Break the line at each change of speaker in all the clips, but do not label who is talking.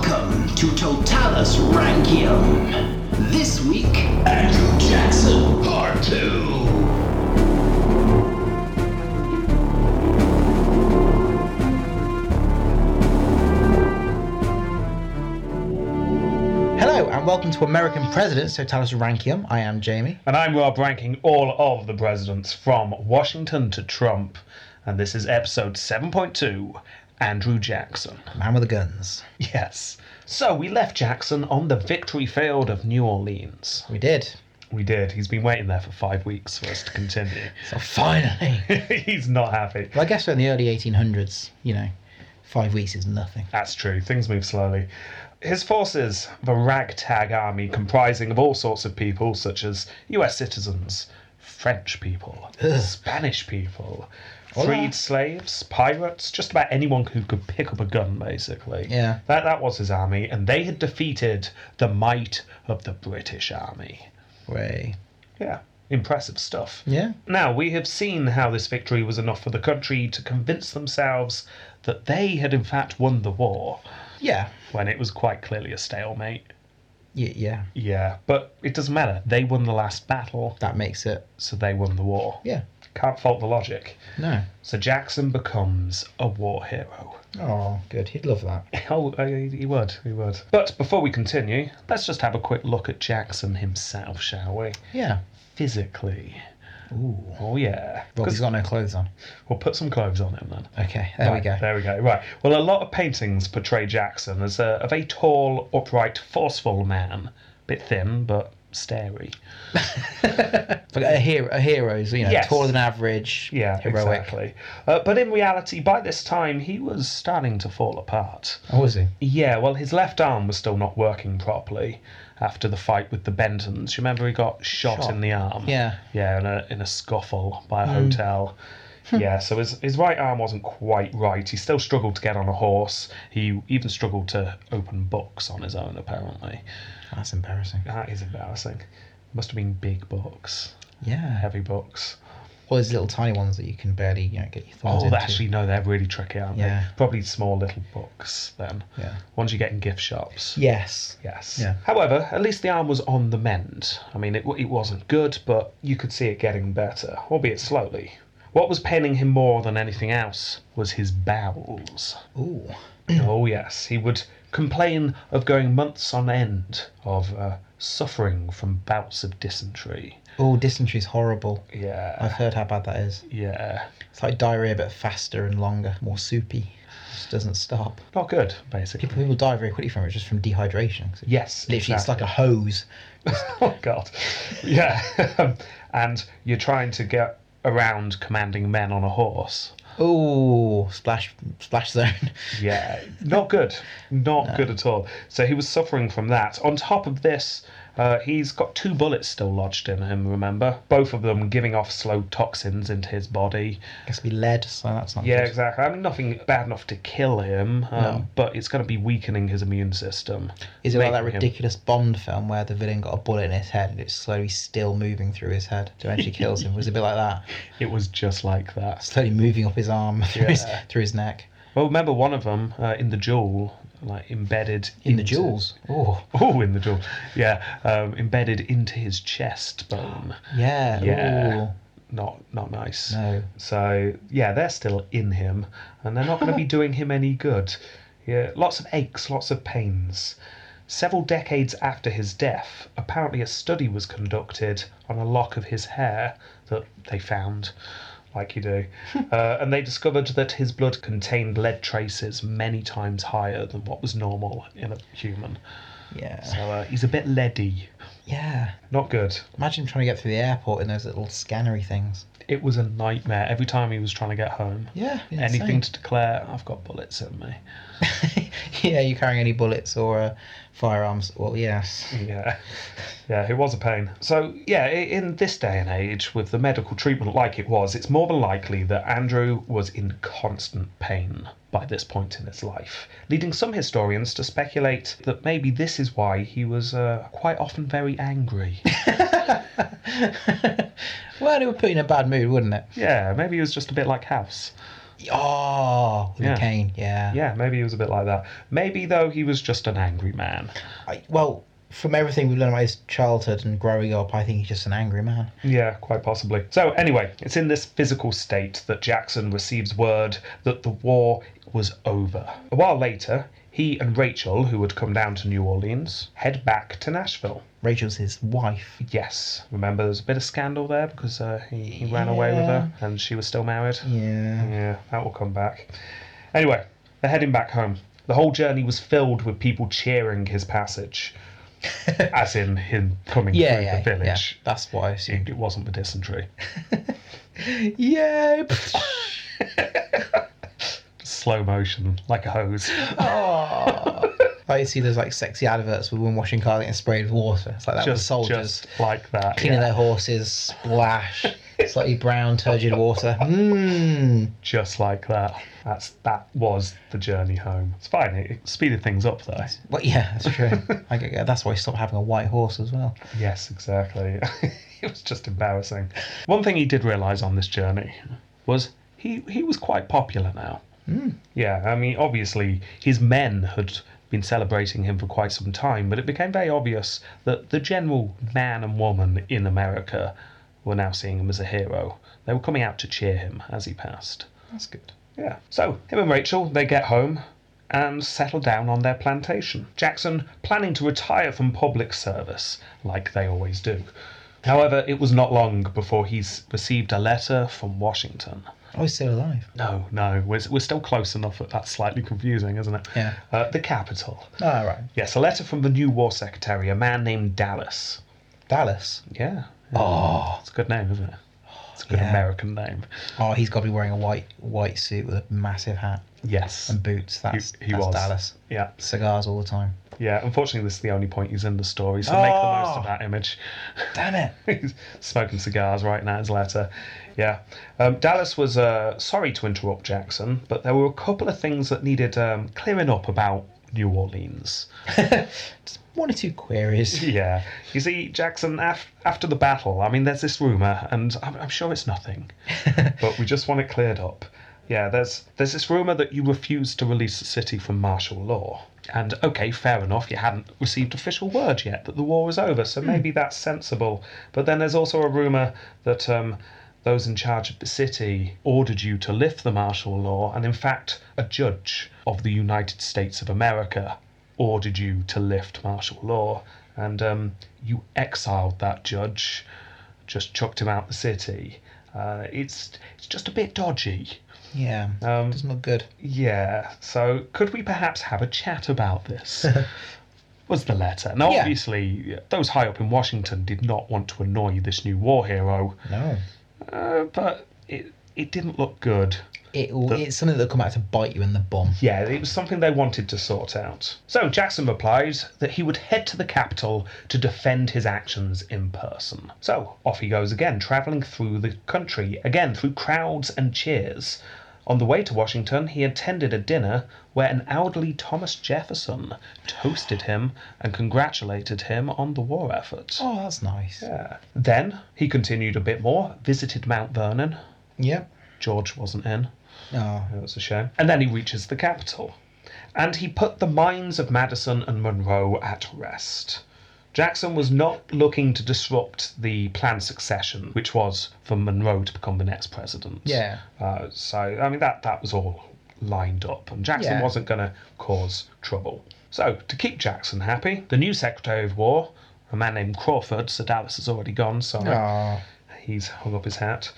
to Totalis Rankium. This week, Andrew Jackson, Part 2.
Hello and welcome to American Presidents Totalis Rankium. I am Jamie.
And I'm Rob, ranking all of the presidents from Washington to Trump. And this is episode 7.2 Andrew Jackson.
Man with the guns.
Yes. So we left Jackson on the victory field of New Orleans.
We did.
We did. He's been waiting there for five weeks for us to continue.
So finally.
He's not happy.
well, I guess we're in the early 1800s, you know, five weeks is nothing.
That's true. Things move slowly. His forces, the ragtag army comprising of all sorts of people, such as US citizens, French people, Spanish people,
Hola.
freed slaves, pirates, just about anyone who could pick up a gun, basically.
Yeah.
That, that was his army, and they had defeated the might of the British army.
Way.
Yeah. Impressive stuff.
Yeah.
Now, we have seen how this victory was enough for the country to convince themselves that they had in fact won the war
Yeah.
when it was quite clearly a stalemate.
Yeah. Yeah.
Yeah, but it doesn't matter. They won the last battle,
That makes it.
so they won the war.
Yeah.
Can't fault the logic.
No.
So Jackson becomes a war hero.
Oh, good. He'd love that.
Oh, uh, he would, he would. But before we continue, let's just have a quick look at Jackson himself, shall we?
Yeah.
Physically.
Ooh.
Oh, yeah.
Well, he's
'Cause-
got no clothes on.
We'll put some clothes on him then.
Okay. There we
Right,
go.
There we go. Right. Well, a lot of paintings portray Jackson as a, a very tall, upright, forceful man. Bit thin, but stary.
But a, hero, a hero's, you know,
Yes.
taller than average.
Yeah,
Heroic.
exactly. Uh, but in reality, by this time, he was starting to fall apart.
Oh, was he?
Yeah, well, his left arm was still not working properly after the fight with the Bentons. You Remember, he got shot,
Shot.
in the arm.
Yeah. Hmm.
Yeah, in a, in a scuffle by a hotel. yeah, so his, his right arm wasn't quite right. He still struggled to get on a horse. He even struggled to open books on his own, apparently.
That's embarrassing.
That is embarrassing. Must have been big books,
Yeah.
heavy books.
All those little tiny ones that you can barely, you know, get your
Oh,
thumbs
they
into.
actually, no, they're really tricky, aren't
Yeah.
they? Probably small little books then.
Yeah.
Ones you get in gift shops.
Yes.
Yes.
Yeah.
However, at least the arm was on the mend. I mean, it, it wasn't good, but you could see it getting better, albeit slowly. What was paining him more than anything else was his bowels.
Ooh.
oh, yes. He would complain of going months on end of uh, suffering from bouts of dysentery.
Oh, dysentery's horrible.
Yeah.
I've heard how bad that is.
Yeah.
It's like diarrhea, but faster and longer, more soupy. Just doesn't stop.
Not good, basically.
People, people die very quickly from it, just from dehydration. 'cause it-
Yes.
Literally, it's
exactly.
like a hose.
oh god yeah um, and you're trying to get around commanding men on a horse
Ooh, splash, splash zone.
yeah not good not good at all so he was suffering from that on top of this uh, he's got two bullets still lodged in him remember both of them giving off slow toxins into his body
Has to be lead, so that's not.
yeah
good.
exactly i mean nothing bad enough to kill him um,
No.
but it's going to be weakening his immune system
Is it like that
making him-
ridiculous Bond film where the villain got a bullet in his head and it's slowly still moving through his head to eventually kills him? Was it a bit like that?
it was just like that
Slowly moving up his arm through, his,
Yeah.
through his neck.
well remember one of them uh, in the jewel like embedded
In the
into-
jewels. Oh,
Oh, in the jaw. Yeah, um, embedded into his chest bone.
yeah.
Yeah.
ooh.
Not not nice.
No.
So yeah, they're still in him, and they're not going to be doing him any good. Yeah, lots of aches, lots of pains. Several decades after his death, apparently a study was conducted on a lock of his hair that they found, like you do, uh, and they discovered that his blood contained lead traces many times higher than what was normal in a human.
Yeah.
So uh, he's a bit leady.
Yeah.
Not good.
Imagine trying to get through the airport in those little scannery things.
It was a nightmare every time he was trying to get home.
Yeah.
Anything to declare, I've got bullets in me.
yeah, you carrying any bullets or uh, firearms? Well, yes.
Yeah. Yeah, it was a pain. So, yeah, i- in this day and age, with the medical treatment like it was, it's more than likely that Andrew was in constant pain by this point in his life, leading some historians to speculate that maybe this is why he was uh, quite often very angry.
Well, it would put you in a bad mood, wouldn't it?
yeah, maybe he was just a bit like House.
Oh, with
Yeah.
a cane. Yeah.
Yeah, maybe he was a bit like that. Maybe, though, he was just an angry man.
I, well, from everything we've learned about his childhood and growing up, I think he's just an angry man.
Yeah, quite possibly. So, anyway, it's in this physical state that Jackson receives word that the war was over. A while later, he and Rachel, who had come down to New Orleans, head back to Nashville.
Rachel's his wife.
Yes, remember there's a bit of scandal there because uh, he, he ran away with her and she was still married.
Yeah.
Yeah, that will come back. Anyway, they're heading back home. The whole journey was filled with people cheering his passage, as in him coming
Yeah,
through
yeah,
the village.
yeah. That's what I assumed.
It wasn't the dysentery.
Yay!
Slow motion, like a hose.
oh. I used to see those like sexy adverts with women washing cars getting sprayed with water. It's like that with
Just,
soldiers
just like that.
cleaning
yeah.
their horses, splash, slightly brown turgid water. Mmm.
Just like that. That's that was the journey home. It's fine. It, it speeded things up though.
Well, yeah, that's true. I get, yeah, that's why he stopped having a white horse as well.
Yes, exactly. it was just embarrassing. One thing he did realise on this journey was he, he was quite popular now. Yeah, I mean, obviously, his men had been celebrating him for quite some time, but it became very obvious that the general man and woman in America were now seeing him as a hero. They were coming out to cheer him as he passed.
That's good.
Yeah. So, him and Rachel, they get home and settle down on their plantation. Jackson planning to retire from public service, like they always do. However, it was not long before he's received a letter from Washington.
Oh, he's still alive.
No, no, we're, we're still close enough that that's slightly confusing, isn't it?
Yeah.
Uh, the capital.
Oh, all right.
Yes, a letter from the new war secretary, a man named Dallas.
Dallas.
Yeah,
Oh.
it's a good name, isn't it? It's a good
Yeah.
American name.
Oh, he's got to be wearing a white white suit with a massive hat
Yes.
and boots. That's,
he
that's
was.
Dallas.
Yeah.
Cigars all the time.
Yeah, unfortunately, this is the only point he's in the story, so make the most
Oh.
of that image.
Damn it.
he's smoking cigars right now, his letter. Yeah. Um, Dallas was uh, sorry to interrupt Jackson, but there were a couple of things that needed um, clearing up about New Orleans.
Just one or two queries.
Yeah. You see, Jackson, af- after the battle, I mean, there's this rumour, and I'm, I'm sure it's nothing, but we just want it cleared up. Yeah, there's there's this rumour that you refused to release the city from martial law. And okay, fair enough, you hadn't received official word yet that the war was over, so maybe that's sensible. But then there's also a rumour that um, those in charge of the city ordered you to lift the martial law, and in fact, a judge of the United States of America ordered you to lift martial law, and um, you exiled that judge, just chucked him out the city. Uh, it's it's just a bit dodgy.
Yeah.
Um,
Doesn't look good.
yeah. So could we perhaps have a chat about this? Was the letter now?
Yeah.
Obviously, those high up in Washington did not want to annoy this new war hero,
No.
uh, but it it didn't look good.
It, will it's something that'll come out to bite you in the bum.
Yeah, it was something they wanted to sort out. So Jackson replies that he would head to the capital to defend his actions in person. So off he goes again, travelling through the country, again through crowds and cheers. On the way to Washington, he attended a dinner where an elderly Thomas Jefferson toasted him and congratulated him on the war effort.
Oh, that's nice. Yeah.
Yeah. Then he continued a bit more, visited Mount Vernon. George wasn't in.
Oh,
That was a shame. And then he reaches the capital. And he put the minds of Madison and Monroe at rest. Jackson was not looking to disrupt the planned succession, which was for Monroe to become the next president.
Yeah.
Uh, so, I mean, that, that was all lined up, and Jackson
Yeah.
wasn't going to cause trouble. So, to keep Jackson happy, the new Secretary of War, a man named Crawford, Sir Dallas has already gone, sorry.
oh.
He's hung up his hat.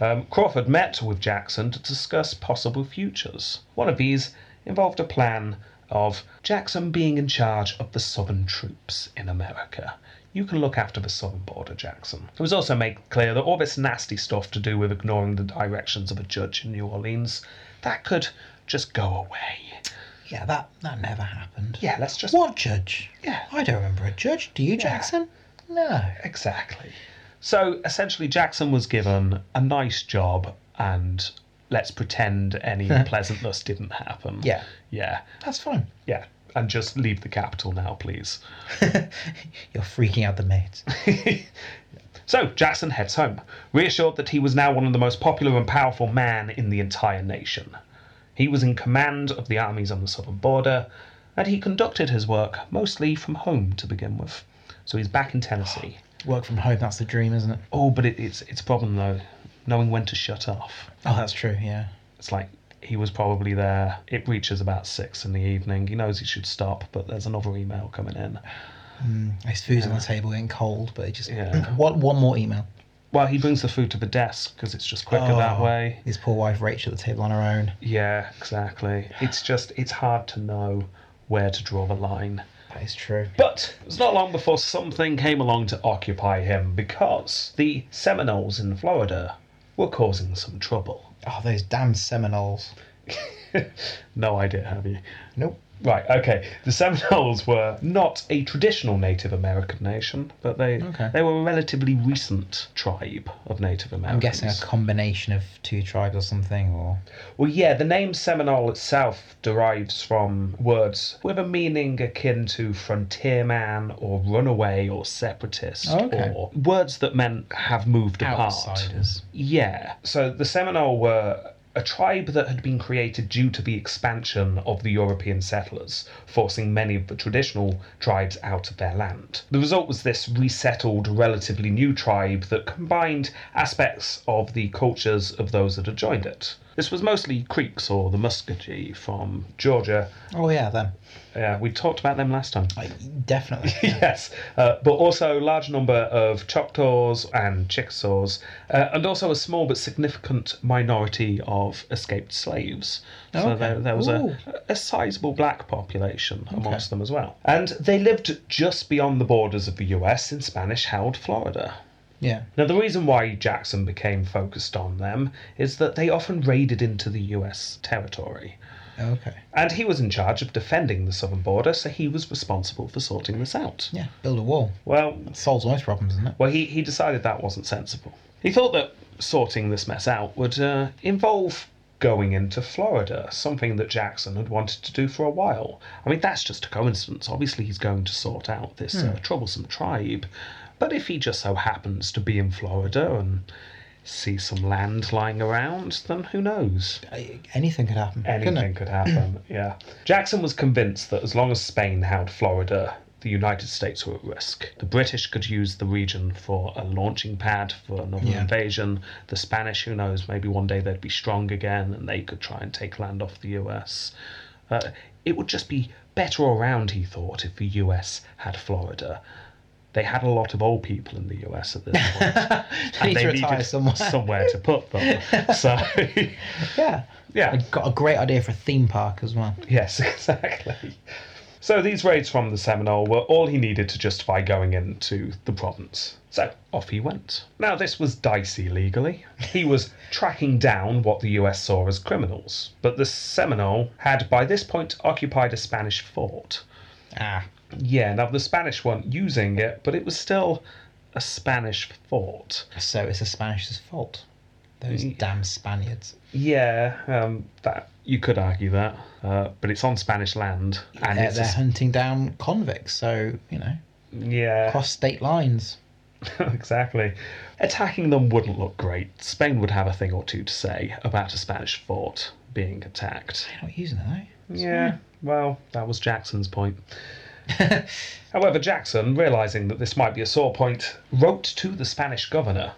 Um, Crawford met with Jackson to discuss possible futures. One of these involved a plan of Jackson being in charge of the southern troops in America. You can look after the southern border, Jackson. It was also made clear that all this nasty stuff to do with ignoring the directions of a judge in New Orleans, that could just go away.
yeah, that, that never happened.
Yeah, let's just
What judge?
Yeah.
I don't remember a judge. Do you, Jackson? No.
Exactly. So essentially, Jackson was given a nice job and let's pretend any pleasantness didn't happen.
Yeah.
Yeah.
That's fine.
Yeah. And just leave the capital now, please.
You're freaking out the mate.
So Jackson heads home, reassured that he was now one of the most popular and powerful men in the entire nation. He was in command of the armies on the southern border, and he conducted his work mostly from home to begin with. So he's back in Tennessee.
Work from home, that's the dream, isn't it?
Oh, but it, it's it's a problem though, knowing when to shut off.
Oh, that's true, yeah.
It's like he was probably there. It reaches about six in the evening. He knows he should stop, but there's another email coming in.
His food's on the table getting cold, but it just.
Yeah.
One, one more email.
Well, he brings the food to the desk because it's just quicker that
Oh,
way.
His poor wife Rachel at the table on her own.
Yeah, exactly. It's just it's hard to know where to draw the line.
That is true.
But it was not long before something came along to occupy him because the Seminoles in Florida were causing some trouble.
Oh, those damn Seminoles.
No idea, have you?
Nope.
Right, okay. The Seminoles were not a traditional Native American nation, but they
Okay.
they were a relatively recent tribe of Native Americans.
I'm guessing a combination of two tribes or something, or.
Well, yeah, the name Seminole itself derives from words with a meaning akin to frontier man or runaway or separatist
Oh, okay.
or words that meant have moved apart.
Outsiders.
Yeah. So the Seminole were a tribe that had been created due to the expansion of the European settlers, forcing many of the traditional tribes out of their land. The result was this resettled, relatively new tribe that combined aspects of the cultures of those that had joined it. This was mostly Creeks or the Muskogee from Georgia.
Oh, yeah, them.
Yeah, we talked about them last time.
Like, definitely.
Yes, uh, but also a large number of Choctaws and Chickasaws, uh, and also a small but significant minority of escaped slaves. So
Oh, Okay.
there, there was
Ooh.
a, a sizable black population amongst them as well. And they lived just beyond the borders of the US in Spanish held Florida.
yeah.
Now, the reason why Jackson became focused on them is that they often raided into the US territory.
Okay.
And he was in charge of defending the southern border, so he was responsible for sorting this out.
Yeah, build a wall.
Well,
Solves most problems, doesn't it?
Well, he, he decided that wasn't sensible. He thought that sorting this mess out would uh, involve going into Florida, something that Jackson had wanted to do for a while. I mean, that's just a coincidence. Obviously, he's going to sort out this uh, troublesome tribe. But if he just so happens to be in Florida and see some land lying around, then who knows?
I- Uh, Anything could happen. couldn't
Anything
it?
could happen, yeah. Jackson was convinced that as long as Spain held Florida, the United States were at risk. The British could use the region for a launching pad for another
Yeah.
invasion. The Spanish, who knows, maybe one day they'd be strong again and they could try and take land off the US. Uh, it would just be better all round, he thought, if the US had Florida. They had a lot of old people in the US at this point.
Need to retire somewhere.
somewhere to put them. So,
Yeah.
yeah.
I got a great idea for a theme park as well.
Yes, exactly. So these raids from the Seminole were all he needed to justify going into the province. So off he went. Now, this was dicey legally. He was tracking down what the US saw as criminals, but the Seminole had by this point occupied a Spanish fort.
Ah.
Yeah, now the Spanish weren't using it, but it was still a Spanish fort.
So it's the Spanish's fault. Those
Mm.
damn Spaniards.
Yeah, um, that you could argue that, uh, but it's on Spanish land, and
they're,
it's a
they're
s-
hunting down convicts, so, you know,
yeah.
cross state lines.
exactly. Attacking them wouldn't look great. Spain would have a thing or two to say about a Spanish fort being attacked.
They're not using it, though.
Yeah, well, that was Jackson's point. However, Jackson, realizing that this might be a sore point, wrote to the Spanish governor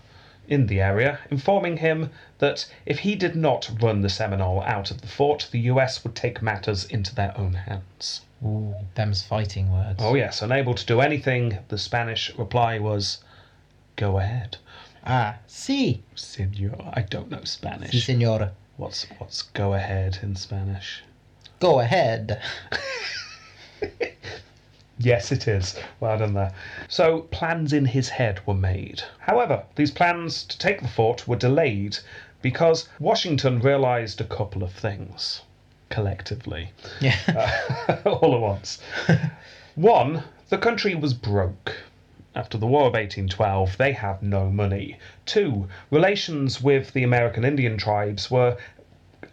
in the area, informing him that if he did not run the Seminole out of the fort, the US would take matters into their own hands.
Ooh, them's fighting words.
Oh, yes, unable to do anything, the Spanish reply was go ahead.
Ah, si,
Senor, I don't know
si,
Spanish.
senora.
What's what's go ahead in Spanish?
Go ahead.
Yes, it is. Well done there. So plans in his head were made. However, these plans to take the fort were delayed because Washington realized a couple of things collectively,
Yeah.
all at once. One, the country was broke. After the War of 1812, they had no money. Two, relations with the American Indian tribes were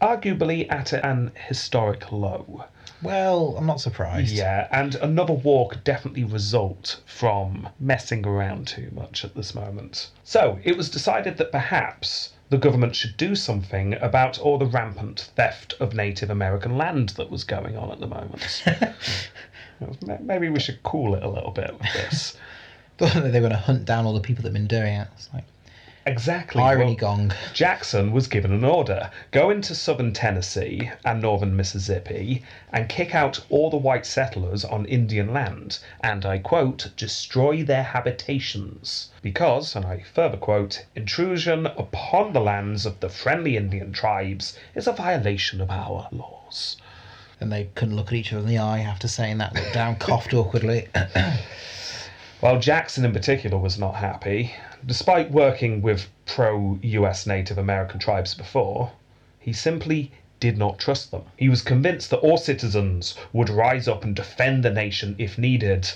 arguably at an historic low.
Well, I'm not surprised.
Yeah, and another war could definitely result from messing around too much at this moment. So it was decided that perhaps the government should do something about all the rampant theft of Native American land that was going on at the moment. M- Maybe we should cool it a little bit with this.
Thought that they were going to hunt down all the people that have been doing it. It's like
Exactly.
irony
well,
gong.
Jackson was given an order go into southern Tennessee and northern Mississippi and kick out all the white settlers on Indian land and, I quote, destroy their habitations because, and I further quote, intrusion upon the lands of the friendly Indian tribes is a violation of our laws.
And they couldn't look at each other in the eye after saying that. Looked down, coughed awkwardly.
While Jackson in particular was not happy, despite working with pro US Native American tribes before, he simply did not trust them. He was convinced that all citizens would rise up and defend the nation if needed,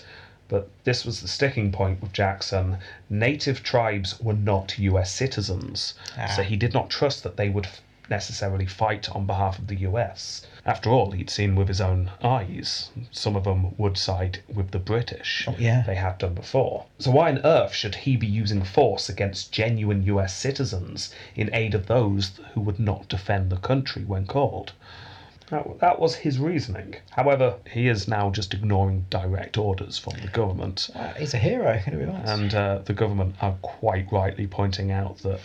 but this was the sticking point with Jackson. Native tribes were not US citizens, so
Ah.
he did not trust that they would f- necessarily fight on behalf of the US. After all, he'd seen with his own eyes, some of them would side with the British
Oh, yeah.
they had done before. So why on earth should he be using force against genuine US citizens in aid of those who would not defend the country when called? That, that was his reasoning. However, he is now just ignoring direct orders from the government.
Wow, He's a hero. It'd be nice.
And uh, the government are quite rightly pointing out that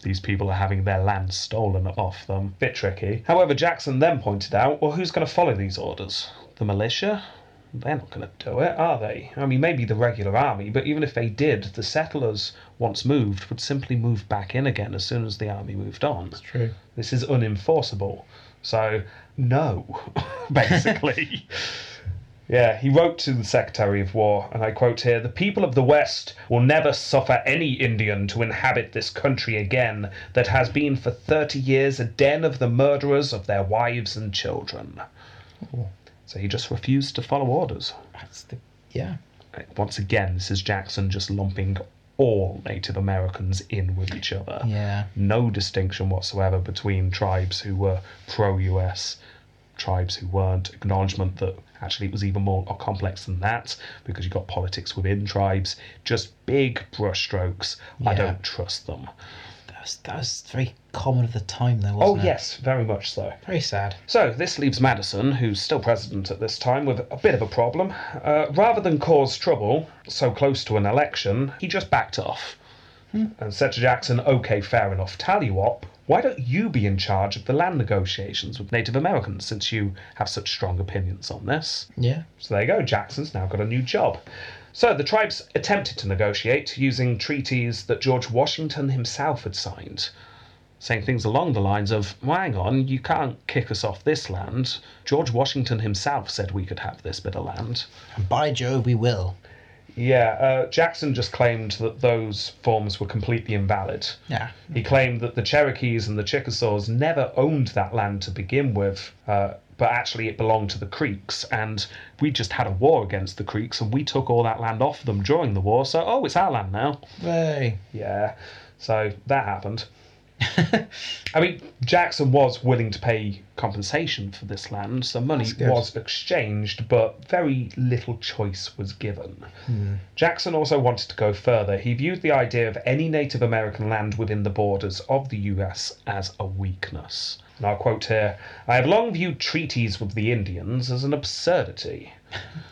these people are having their land stolen off them. Bit tricky. However, Jackson then pointed out well, who's going to follow these orders? The militia? They're not going to do it, are they? I mean, maybe the regular army, but even if they did, the settlers, once moved, would simply move back in again as soon as the army moved on.
True.
This is unenforceable. So, no, basically. yeah, he wrote to the Secretary of War, and I quote here The people of the West will never suffer any Indian to inhabit this country again that has been for 30 years a den of the murderers of their wives and children. So he just refused to follow orders.
That's the yeah.
Once again, this is Jackson just lumping all Native Americans in with each other
Yeah.
no distinction whatsoever between tribes who were pro US, tribes who weren't, acknowledgement that actually it was even more complex than that because you got politics within tribes, just big brushstrokes. I
Yeah.
don't trust them.
That was, that was very common at the time, though,
Oh,
wasn't it?
yes, very much so.
Very sad.
So this leaves Madison, who's still president at this time, with a bit of a problem. Uh, rather than cause trouble so close to an election, he just backed off and said to Jackson, "Okay, fair enough. Tell you what, why don't you be in charge of the land negotiations with Native Americans since you have such strong opinions on this?"
Yeah.
So there you go, Jackson's now got a new job. So the tribes attempted to negotiate using treaties that George Washington himself had signed, saying things along the lines of, well, hang on, you can't kick us off this land. George Washington himself said we could have this bit of land.
And by Jove, we will.
Yeah, uh, Jackson just claimed that those forms were completely invalid.
Yeah.
He claimed that the Cherokees and the Chickasaws never owned that land to begin with, uh, but actually it belonged to the Creeks, and we just had a war against the Creeks, and we took all that land off them during the war, so oh, it's our land now.
Yay.
Yeah, so that happened. I mean, Jackson was willing to pay compensation for this land, so money
That's good.
was exchanged, but very little choice was given.
Hmm.
Jackson also wanted to go further. He viewed the idea of any Native American land within the borders of the US as a weakness. And I'll quote here I have long viewed treaties with the Indians as an absurdity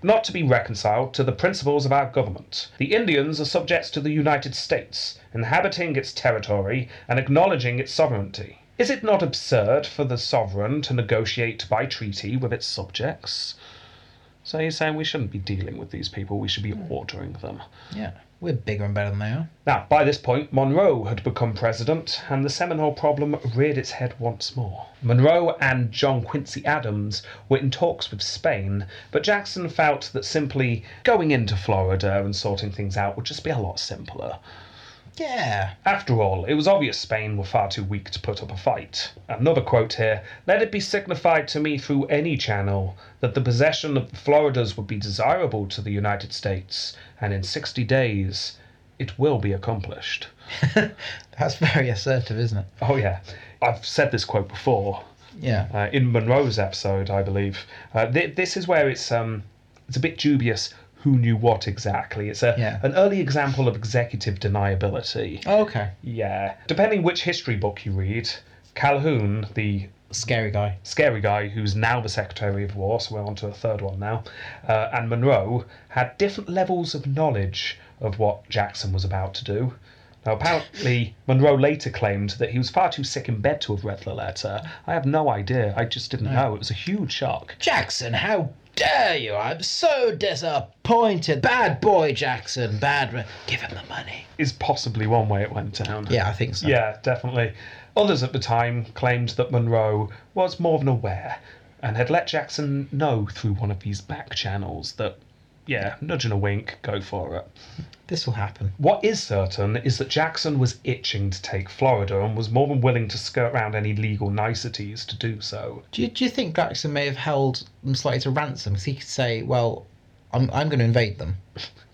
not to be reconciled to the principles of our government. The Indians are subjects to the United States, inhabiting its territory and acknowledging its sovereignty. Is it not absurd for the sovereign to negotiate by treaty with its subjects? So you're saying we shouldn't be dealing with these people, we should be ordering them.
Yeah. We're bigger and better than they are.
Now, by this point, Monroe had become president, and the Seminole problem reared its head once more. Monroe and John Quincy Adams were in talks with Spain, but Jackson felt that simply going into Florida and sorting things out would just be a lot simpler.
Yeah.
After all, it was obvious Spain were far too weak to put up a fight. Another quote here Let it be signified to me through any channel that the possession of the Floridas would be desirable to the United States, and in 60 days it will be accomplished.
That's very assertive, isn't it?
Oh, yeah. I've said this quote before.
Yeah.
uh, in Monroe's episode, I believe. Uh, th- this is where it's um, it's a bit dubious who knew what exactly. It's a,
Yeah.
an early example of executive deniability.
Oh, okay.
Yeah. Depending which history book you read, Calhoun, the
Scary guy.
scary guy who's now the Secretary of War, so we're on to a third one now, uh, and Monroe had different levels of knowledge of what Jackson was about to do. Now, apparently, Monroe later claimed that he was far too sick in bed to have read the letter. I have no idea. I just didn't know. It was a huge shock.
Jackson, how dare you? I'm so disappointed. Bad boy, Jackson. Bad. Re- Give him the money.
Is possibly one way it went down.
Yeah, I think so.
Yeah, definitely. Others at the time claimed that Monroe was more than aware and had let Jackson know through one of these back channels that, yeah, nudge and a wink, go for it.
This will happen.
What is certain is that Jackson was itching to take Florida and was more than willing to skirt round any legal niceties to do so.
Do you, do you think Jackson may have held them slightly to ransom? Because he could say, well, I'm, I'm going to invade them.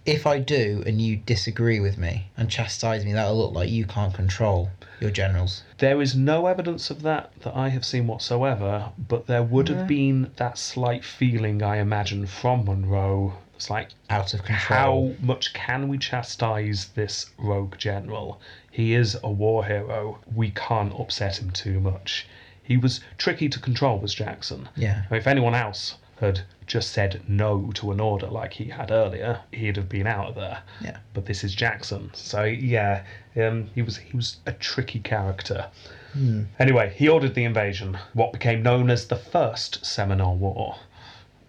If I do and you disagree with me and chastise me, that'll look like you can't control your generals.
There is no evidence of that that I have seen whatsoever, but there would have been that slight feeling I imagine from Monroe. It's like,
Out of control.
how much can we chastise this rogue general? He is a war hero. We can't upset him too much. He was tricky to control, was Jackson.
Yeah.
Now, If anyone else had just said no to an order like he had earlier, he'd have been out of there.
Yeah.
But this is Jackson, so yeah, um, he was he was a tricky character.
Hmm.
Anyway, he ordered the invasion, what became known as the First Seminole War.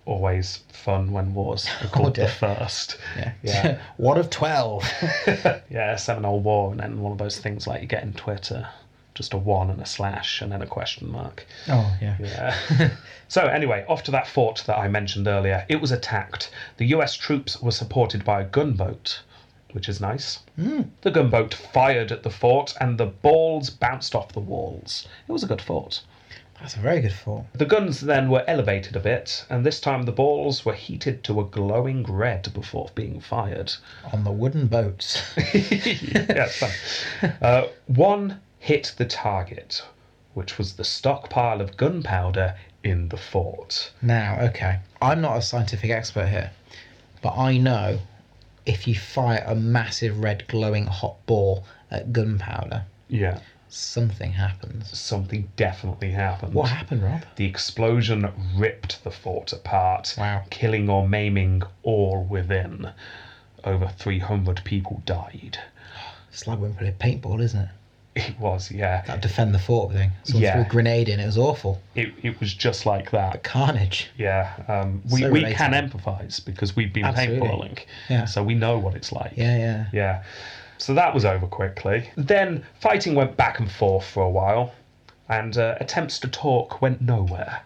Always fun when wars are called the
dear.
First.
Yeah.
Yeah.
One of Oh, 12.
Yeah, Seminole War, and then one of those things like you get in Twitter, just a one and a slash, and then a question mark.
oh, yeah.
Yeah. Uh, so anyway, off to that fort that I mentioned earlier. It was attacked. The U.S. troops were supported by a gunboat, which is nice. The gunboat fired at the fort, and the balls bounced off the walls. It was a good fort.
That's a very good thought.
The guns then were elevated a bit, and this time the balls were heated to a glowing red before being fired.
On the wooden boats.
yeah, it's fun. Uh, one hit the target, which was the stockpile of gunpowder in the fort.
now, okay. I'm not a scientific expert here, but I know if you fire a massive red glowing hot ball at gunpowder,
Yeah.
something happens.
something definitely happened.
What happened, Rob?
The explosion ripped the fort apart,
Wow.
killing or maiming all within. Over 300 people died.
It's like when we played paintball, isn't it?
It was, yeah.
That defend the fort thing. Someone
Yeah.
threw a grenade in. It was awful.
It, it was just like that.
Carnage.
Yeah. Um, we
So
we
relatable.
can empathise because we've been
Absolutely.
paintballing.
Yeah.
So we know what it's like.
Yeah, yeah.
Yeah. So that was over quickly. Then fighting went back and forth for a while, and uh, attempts to talk went nowhere.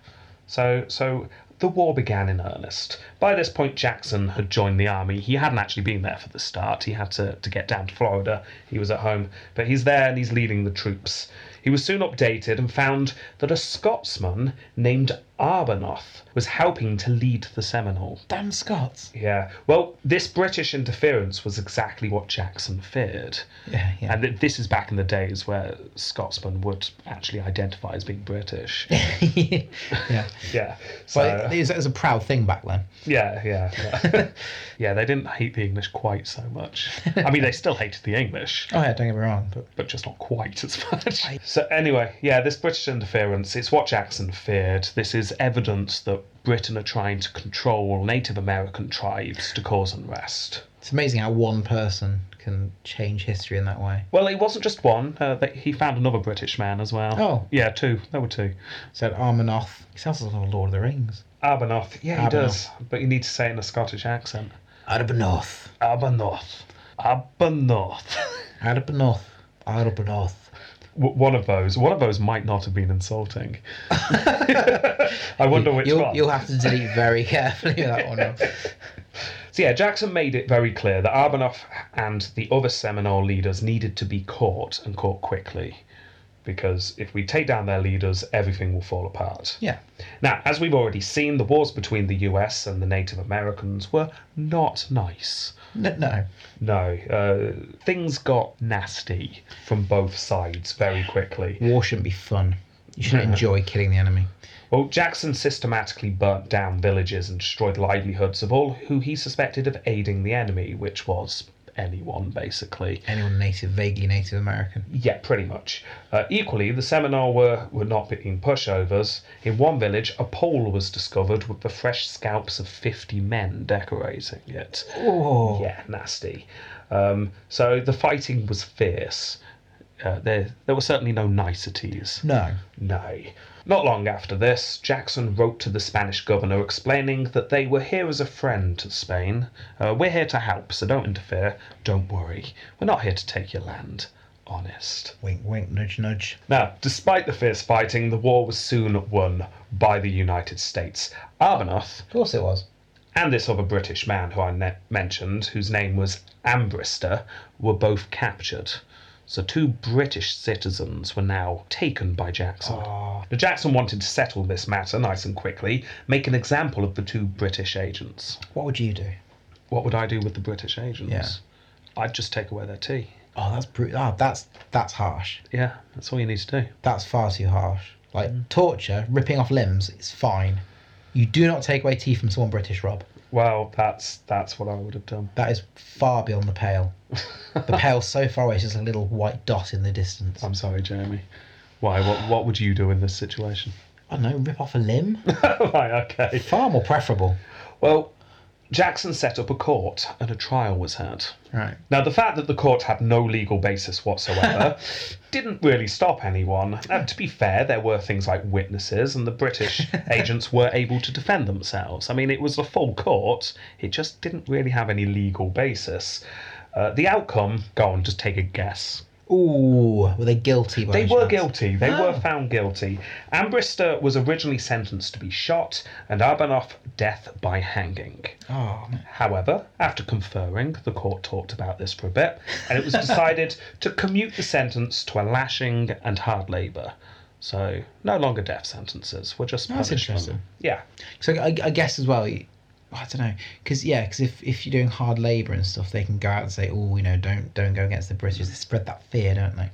So so the war began in earnest. By this point, Jackson had joined the army. He hadn't actually been there for the start. He had to, to get down to Florida. He was at home. But he's there and he's leading the troops. He was soon updated and found that a Scotsman named Arbanoth was helping to lead the Seminole.
Damn Scots.
Yeah. Well, this British interference was exactly what Jackson feared.
Yeah, yeah.
And th- this is back in the days where Scotsmen would actually identify as being British.
yeah.
yeah. So,
But it, was, it was a proud thing back then.
yeah, yeah. Yeah. yeah, they didn't hate the English quite so much. I mean, they still hated the English.
Oh, yeah, don't get me wrong, but
but just not quite as much. So anyway, yeah, this British interference, it's what Jackson feared. This is evidence that Britain are trying to control Native American tribes to cause unrest.
It's amazing how one person can change history in that way.
Well, it wasn't just one. Uh, they, he found another British man as well.
Oh.
Yeah, two. There were two.
Said Armanoth. He sounds like Lord of the Rings.
Arbanoth. Yeah, he
Arbanoth.
does. But you need to say it in a Scottish accent.
Arbanoth.
Arbanoth. Arbanoth.
Arbanoth. Arbanoth.
W- one of those. One of those might not have been insulting. I wonder which
you'll,
one.
You'll have to delete very carefully that one. Rob.
So yeah, Jackson made it very clear that Arbanoff and the other Seminole leaders needed to be caught and caught quickly, because if we take down their leaders, everything will fall apart.
Yeah.
Now, as we've already seen, the wars between the U.S. and the Native Americans were not nice.
No, no.
No, uh, things got nasty from both sides very quickly.
War shouldn't be fun. You should enjoy killing the enemy.
Well, Jackson systematically burnt down villages and destroyed livelihoods of all who he suspected of aiding the enemy, which was anyone, basically.
Anyone native, vaguely Native American.
Yeah, pretty much. Uh, equally, the Seminole were, were not being pushovers. In one village, a pole was discovered with the fresh scalps of 50 men decorating it.
Oh.
Yeah, nasty. Um, so the fighting was fierce. Uh, there, there were certainly no niceties.
No.
No. Not long after this, Jackson wrote to the Spanish governor explaining that they were here as a friend to Spain. Uh, we're here to help, so don't interfere. Don't worry. We're not here to take your land. Honest.
Wink, wink, nudge, nudge.
Now, despite the fierce fighting, the war was soon won by the United States. Arbuthnot
Of course it was.
and this other British man who I ne- mentioned, whose name was Ambrister, were both captured. So two British citizens were now taken by Jackson. Now, Jackson wanted to settle this matter nice and quickly, make an example of the two British agents.
What would you do?
What would I do with the British agents?
Yeah.
I'd just take away their tea.
Oh, that's brutal. Oh, that's that's harsh.
Yeah, that's all you need to do.
That's far too harsh. Like torture, ripping off limbs, it's fine. You do not take away teeth from someone British, Rob.
Well, that's that's what I would have done.
That is far beyond the pale. the pale's so far away, it's just a little white dot in the distance.
I'm sorry, Jeremy. Why? What what would you do in this situation?
I don't know, rip off a limb?
right. Okay.
far more preferable.
Well, Jackson set up a court and a trial was had.
Right.
Now, the fact that the court had no legal basis whatsoever didn't really stop anyone. Now, to be fair, there were things like witnesses, and the British agents were able to defend themselves. I mean, it was a full court, it just didn't really have any legal basis. Uh, the outcome, go on, just take a guess.
Ooh, were they guilty? By
They
any
were
chance?
guilty. They
Oh.
were found guilty. Ambrister was originally sentenced to be shot, and Arbanoff death by hanging.
Oh, man.
However, after conferring, the court talked about this for a bit, and it was decided to commute the sentence to a lashing and hard labour. So, no longer death sentences. We're just
That's
punishing
interesting.
them. Yeah.
So I, I guess as well, you- I don't know, because yeah, because if, if you're doing hard labour and stuff, they can go out and say, oh, you know, don't don't go against the British. They spread that fear, don't they?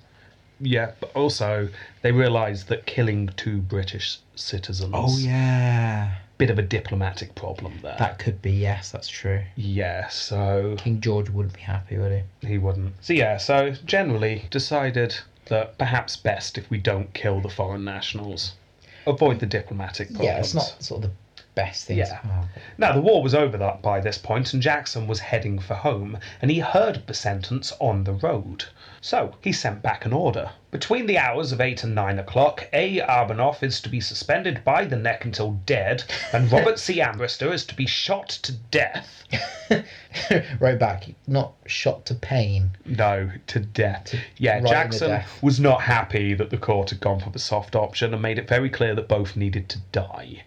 Yeah, but also they realised that killing two British citizens
Oh, yeah,
bit of a diplomatic problem there.
that could be yes, that's true.
yeah, so
King George wouldn't be happy, would he?
he wouldn't. So yeah, so generally decided that perhaps best if we don't kill the foreign nationals. Avoid the diplomatic problems.
Yeah, it's not sort of the best thing.
Yeah.
To, oh,
Now, the war was over that, by this point, and Jackson was heading for home, and he heard the sentence on the road. So he sent back an order. Between the hours of 8 and 9 o'clock, A. Arbanoff is to be suspended by the neck until dead, and Robert C. Ambrister is to be shot to death.
right back, not shot to pain.
No, to death. Yeah,
right in the
Jackson
death.
was not happy that the court had gone for the soft option and made it very clear that both needed to die.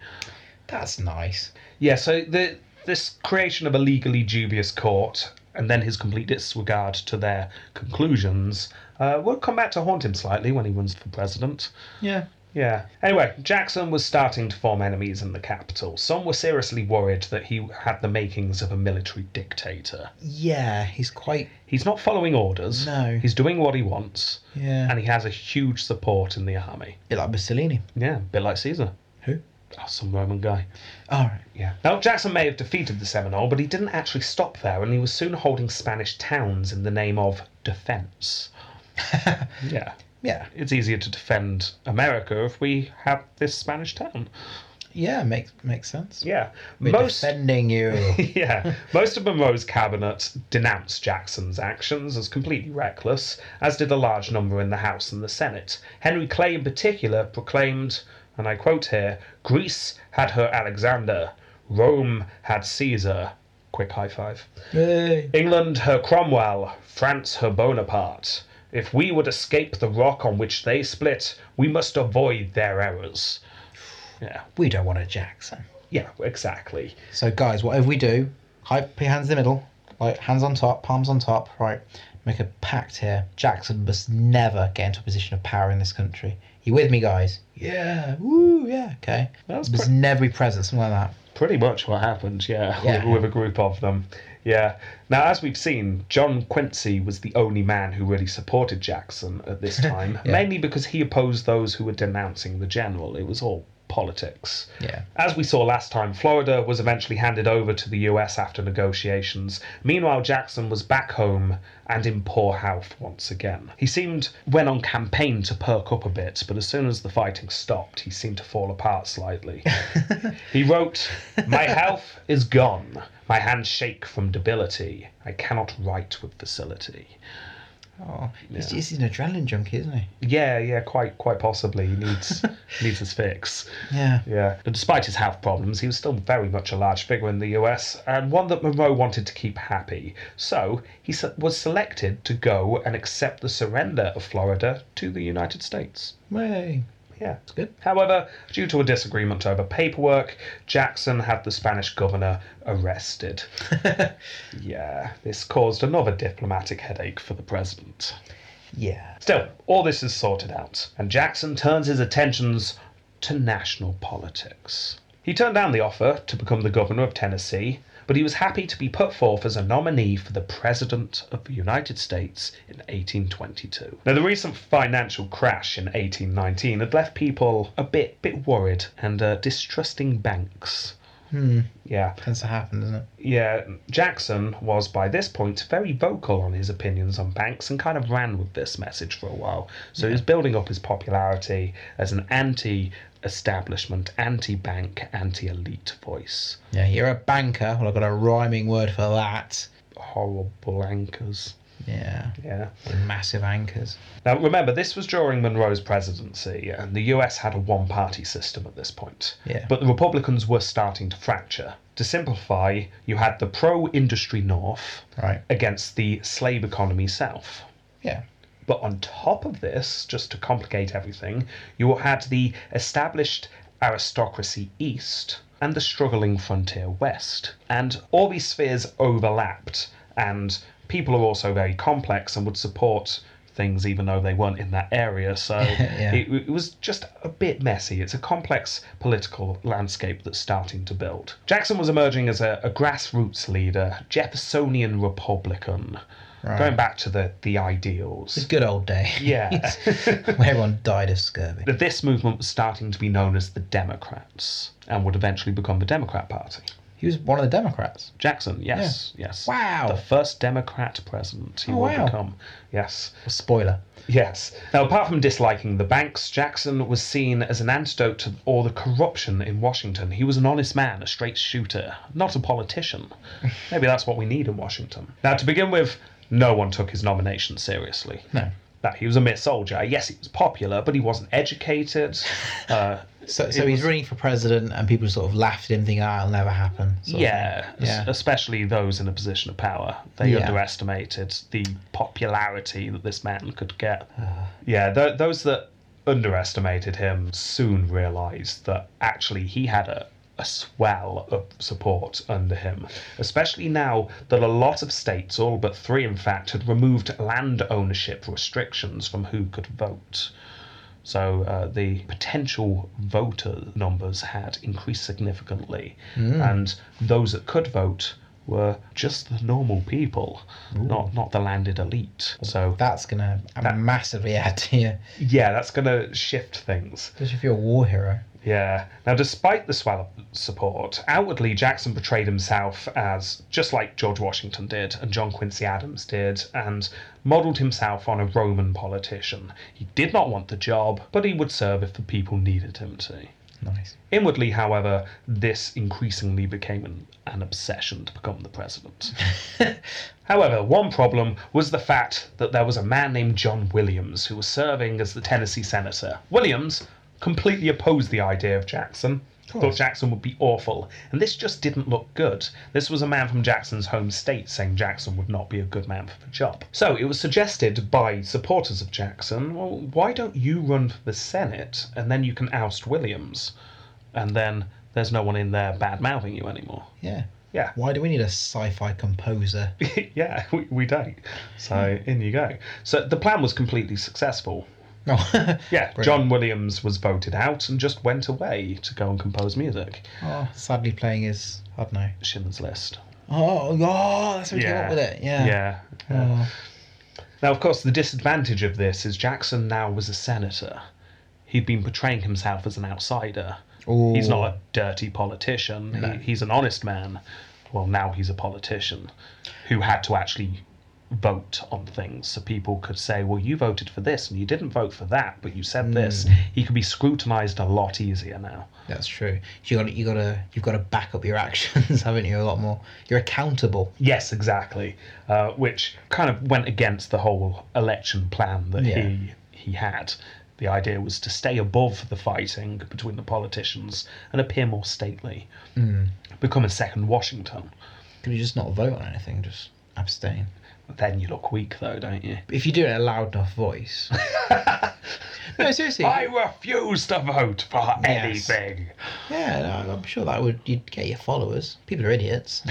That's nice.
Yeah, so the this creation of a legally dubious court and then his complete disregard to their conclusions uh, will come back to haunt him slightly when he runs for president.
Yeah.
Yeah. Anyway, Jackson was starting to form enemies in the capital. Some were seriously worried that he had the makings of a military dictator.
Yeah, he's quite.
He's not following orders.
No.
He's doing what he wants,
Yeah.
and he has a huge support in the army.
bit like Mussolini.
Yeah, a bit like Caesar.
Who?
Oh, some Roman guy.
All right.
Yeah. Now, Jackson may have defeated the Seminole, but he didn't actually stop there, and he was soon holding Spanish towns in the name of defense. yeah.
Yeah.
It's easier to defend America if we have this Spanish town.
Yeah, makes makes sense.
Yeah.
We're
most
defending you.
yeah, most of Monroe's cabinet denounced Jackson's actions as completely reckless, as did a large number in the House and the Senate. Henry Clay, in particular, proclaimed, and I quote here Greece had her Alexander, Rome had Caesar. Quick high five.
Yay.
England her Cromwell, France her Bonaparte. If we would escape the rock on which they split, we must avoid their errors. Yeah,
We don't want a Jackson.
yeah, exactly.
So guys, whatever we do, high p- hands in the middle, like hands on top, palms on top, right. Make a pact here. Jackson must never get into a position of power in this country. You with me, guys? Yeah. Woo. Yeah. Okay.
That's
must
pre-
never be present. Something like that.
pretty much what happened, yeah,
Yeah.
With, with a group of them. Yeah. Now, as we've seen, John Quincy was the only man who really supported Jackson at this time,
Yeah.
mainly because he opposed those who were denouncing the general. It was all politics.
Yeah.
As we saw last time, Florida was eventually handed over to the US after negotiations. Meanwhile, Jackson was back home and in poor health once again. He seemed, when on campaign, to perk up a bit, but as soon as the fighting stopped, he seemed to fall apart slightly. he wrote, My health is gone. My hands shake from debility. I cannot write with facility.
Oh, he's, he's an adrenaline junkie, isn't he?
Yeah, yeah, quite quite possibly. He needs needs his fix.
Yeah.
Yeah. But despite his health problems, he was still very much a large figure in the US and one that Monroe wanted to keep happy. So he se- was selected to go and accept the surrender of Florida to the United States.
Way.
Yeah.
It's good.
However, due to a disagreement over paperwork, Jackson had the Spanish governor arrested. yeah, this caused another diplomatic headache for the president.
Yeah.
Still, all this is sorted out, and Jackson turns his attentions to national politics. He turned down the offer to become the governor of Tennessee, but he was happy to be put forth as a nominee for the President of the United States in 1822. Now, the recent financial crash in 1819 had left people a bit, bit worried and uh, distrusting banks. Hmm. Yeah.
Tends to happen, doesn't it?
Yeah, Jackson was by this point very vocal on his opinions on banks and kind of ran with this message for a while. So he was building up his popularity as an anti establishment, anti bank, anti elite voice.
Yeah, you're a banker. Well, I've got a rhyming word for that.
Horrible anchors.
Yeah.
Yeah.
Massive anchors.
Now remember, this was during Monroe's presidency, and the US had a one party system at this point.
Yeah.
But the Republicans were starting to fracture. To simplify, you had the pro industry North
Right.
against the slave economy South.
Yeah.
But on top of this, just to complicate everything, you had the established aristocracy East and the struggling frontier West. And all these spheres overlapped, and people are also very complex and would support things even though they weren't in that area. So
Yeah.
it, it was just a bit messy. It's a complex political landscape that's starting to build. Jackson was emerging as a, a grassroots leader, Jeffersonian Republican.
Right.
Going back to the, the ideals.
Good old day.
Yeah.
Where everyone died of scurvy.
That this movement was starting to be known as the Democrats and would eventually become the Democrat Party.
He was one of the Democrats.
Jackson, yes, yes.
Wow.
The first Democrat president he
Oh,
will
wow.
become. Yes.
Spoiler.
Yes. Now, apart from disliking the banks, Jackson was seen as an antidote to all the corruption in Washington. He was an honest man, a straight shooter, not a politician. Maybe that's what we need in Washington. Now, to begin with, no one took his nomination seriously.
No.
That he was a mere soldier. Yes, he was popular, but he wasn't educated. Uh,
So,
It
so he's
was-
running for president, and people sort of laughed at him, thinking, "Ah, it'll never happen." sort of
yeah,
thing.
es- especially those in a position of power. They
Yeah.
underestimated the popularity that this man could get.
Uh-huh.
yeah, th- those that underestimated him soon realized that actually he had a a swell of support under him, especially now that a lot of states, all but three in fact, had removed land ownership restrictions from who could vote. So uh, the potential voter numbers had increased significantly, and those that could vote were just the normal people, not not the landed elite. So
That's gonna massively add to you,
yeah, that's going to shift things.
especially if you're a war hero.
Yeah. Now, despite the swell of support, outwardly Jackson portrayed himself as just like George Washington did and John Quincy Adams did, and modelled himself on a Roman politician. He did not want the job, but he would serve if the people needed him to.
Nice.
Inwardly, however, this increasingly became an, an obsession to become the president. however, one problem was the fact that there was a man named John Williams who was serving as the Tennessee senator. Williams completely opposed the idea of Jackson. Thought Jackson would be awful, and this just didn't look good. This was a man from Jackson's home state saying Jackson would not be a good man for the job. So it was suggested by supporters of Jackson, well, why don't you run for the Senate and then you can oust Williams? and then there's no one in there bad mouthing you anymore.
Yeah.
Yeah,
Why do we need a sci-fi composer?
yeah, we, we don't. So in you go. So the plan was completely successful.
No.
Yeah,
Brilliant.
John Williams was voted out and just went away to go and compose music.
Oh, sadly playing is I don't know.
Schindler's List.
Oh, oh that's what you
Yeah.
got with it. Yeah.
Yeah.
Oh.
Now, of course, the disadvantage of this is Jackson now was a senator. He'd been portraying himself as an outsider.
Ooh.
He's not a dirty politician.
No.
He, he's an honest man. Well, now he's a politician who had to actually vote on things so people could say, well, you voted for this and you didn't vote for that, but you said this.
Hmm.
He could be scrutinized a lot easier now.
That's true. You got you got to you've got to back up your actions, haven't you? A lot more. You're accountable.
Yes, exactly. Uh, which kind of went against the whole election plan that
Yeah.
he he had. The idea was to stay above the fighting between the politicians and appear more stately,
Hmm.
become a second Washington.
Could you just not vote on anything? Just abstain.
Then you look weak, though, don't you?
If you do it in a loud enough voice. no, seriously.
I refuse to vote for
Yes.
anything.
Yeah, no, I'm sure that would you'd get your followers. People are idiots.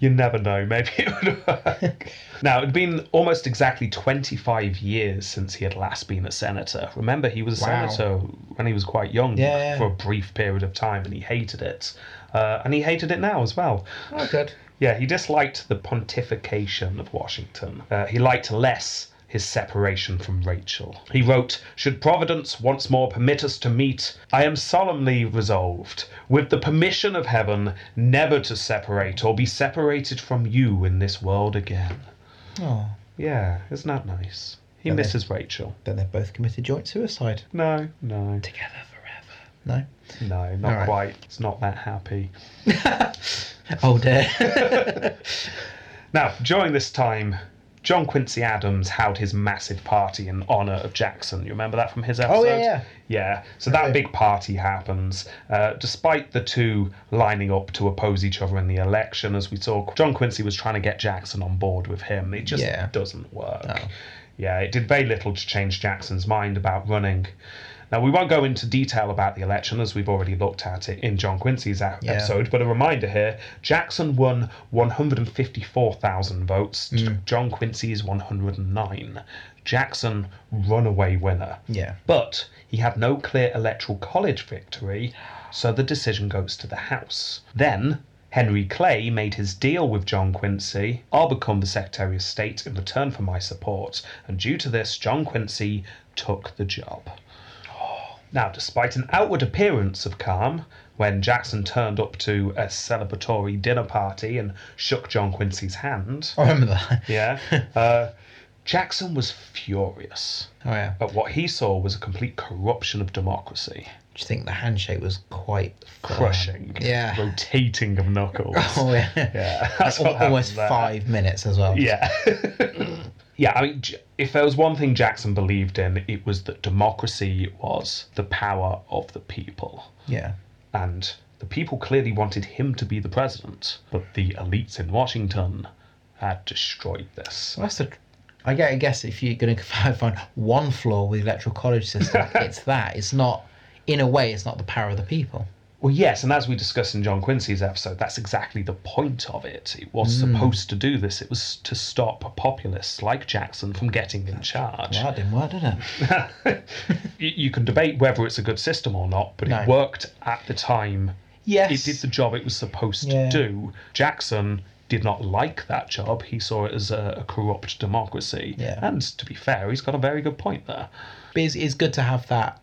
You never know, maybe it would work. now, it had been almost exactly 25 years since he had last been a senator. Remember, he was a
Wow.
senator when he was quite young
Yeah, yeah.
for a brief period of time and he hated it. Uh, and he hated it now as well.
oh, good.
Yeah, he disliked the pontification of Washington. Uh, he liked less his separation from Rachel. He wrote, Should Providence once more permit us to meet, I am solemnly resolved, with the permission of heaven, never to separate or be separated from you in this world again.
Oh,
Yeah, isn't that nice? He
Yeah, they-
misses Rachel.
then they've both committed joint suicide
No, no,
together forever. No.
no, not
Alright.
quite. It's not that happy.
Oh dear.
Now, during this time, John Quincy Adams held his massive party in honor of Jackson. You remember that from his episode?
Oh, yeah, yeah.
Yeah. So that
Right.
big party happens, uh, despite the two lining up to oppose each other in the election. As we saw, John Quincy was trying to get Jackson on board with him. It just
Yeah.
doesn't work.
No.
Yeah, it did very little to change Jackson's mind about running. Now, we won't go into detail about the election as we've already looked at it in John Quincy's a-
Yeah.
episode, but a reminder here Jackson won 154,000 votes, to John Quincy's 109. Jackson, runaway winner.
yeah.
But he had no clear electoral college victory, so the decision goes to the House. Then Henry Clay made his deal with John Quincy I'll become the Secretary of State in return for my support, and due to this, John Quincy took the job. Now, despite an outward appearance of calm, when Jackson turned up to a celebratory dinner party and shook John Quincy's hand,
I remember that.
yeah, uh, Jackson was furious.
Oh yeah.
But what he saw was a complete corruption of democracy,
Do you think the handshake was quite firm?
crushing,
Yeah.
rotating of knuckles.
Oh yeah.
Yeah, that's what
Al- almost
happened there.
five minutes as well.
Yeah, yeah. I mean, J- if there was one thing Jackson believed in, it was that democracy was the power of the people,
Yeah.
and the people clearly wanted him to be the president, but the elites in Washington had destroyed this.
Well, that's the. I gue- I guess if you're going to find one flaw with the electoral college system, it's that. It's not, in a way, it's not the power of the people.
Well, yes, and as we discussed in John Quincy's episode, that's exactly the point of it. It was
Hmm.
supposed to do this. It was to stop populists like Jackson from getting in charge.
Well, that didn't work, did it?
You, you can debate whether it's a good system or not, but
No.
it worked at the time. It
Yes.
did the job it was supposed
Yeah.
to do. Jackson did not like that job. He saw it as a, a corrupt democracy.
Yeah.
And to be fair, he's got a very good point there.
But it's, it's good to have that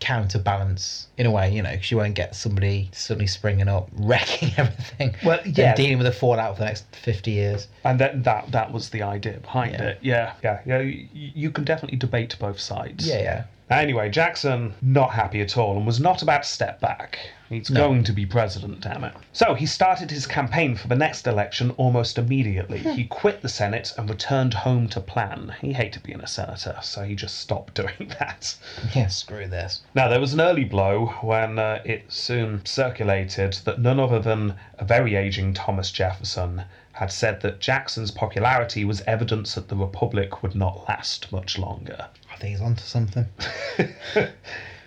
counterbalance in a way, you know, because you won't get somebody suddenly springing up, wrecking everything.
Well,
and
yeah.
dealing with the fallout for the next 50 years.
And that that that was the idea behind
Yeah.
it. Yeah, yeah, yeah. You, you can definitely debate both sides.
Yeah, yeah.
Anyway, Jackson not happy at all and was not about to step back. He's going to be president, damn it. So he started his campaign for the next election almost immediately. he quit the Senate and returned home to plan. He hated being a senator, so he just stopped doing that.
Yeah, screw this.
Now, there was an early blow when uh, it soon circulated that none other than a very aging Thomas Jefferson had said that Jackson's popularity was evidence that the Republic would not last much longer.
I think he's onto something.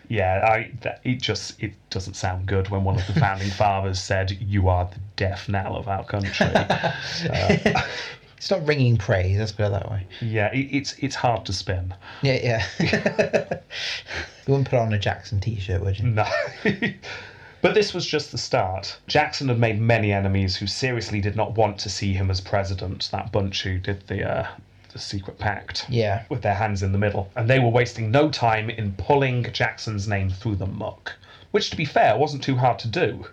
Yeah, I, that, it just it doesn't sound good when one of the founding fathers said, "You are the death knell of our country."
It's not ringing praise. Let's put it that way.
Yeah, it, it's it's hard to spin.
Yeah, yeah. you wouldn't put on a Jackson T-shirt, would you?
No. but this was just the start. Jackson had made many enemies who seriously did not want to see him as president. That bunch who did the uh, the secret pact.
Yeah.
With their hands in the middle, and they were wasting no time in pulling Jackson's name through the muck, which, to be fair, wasn't too hard to do.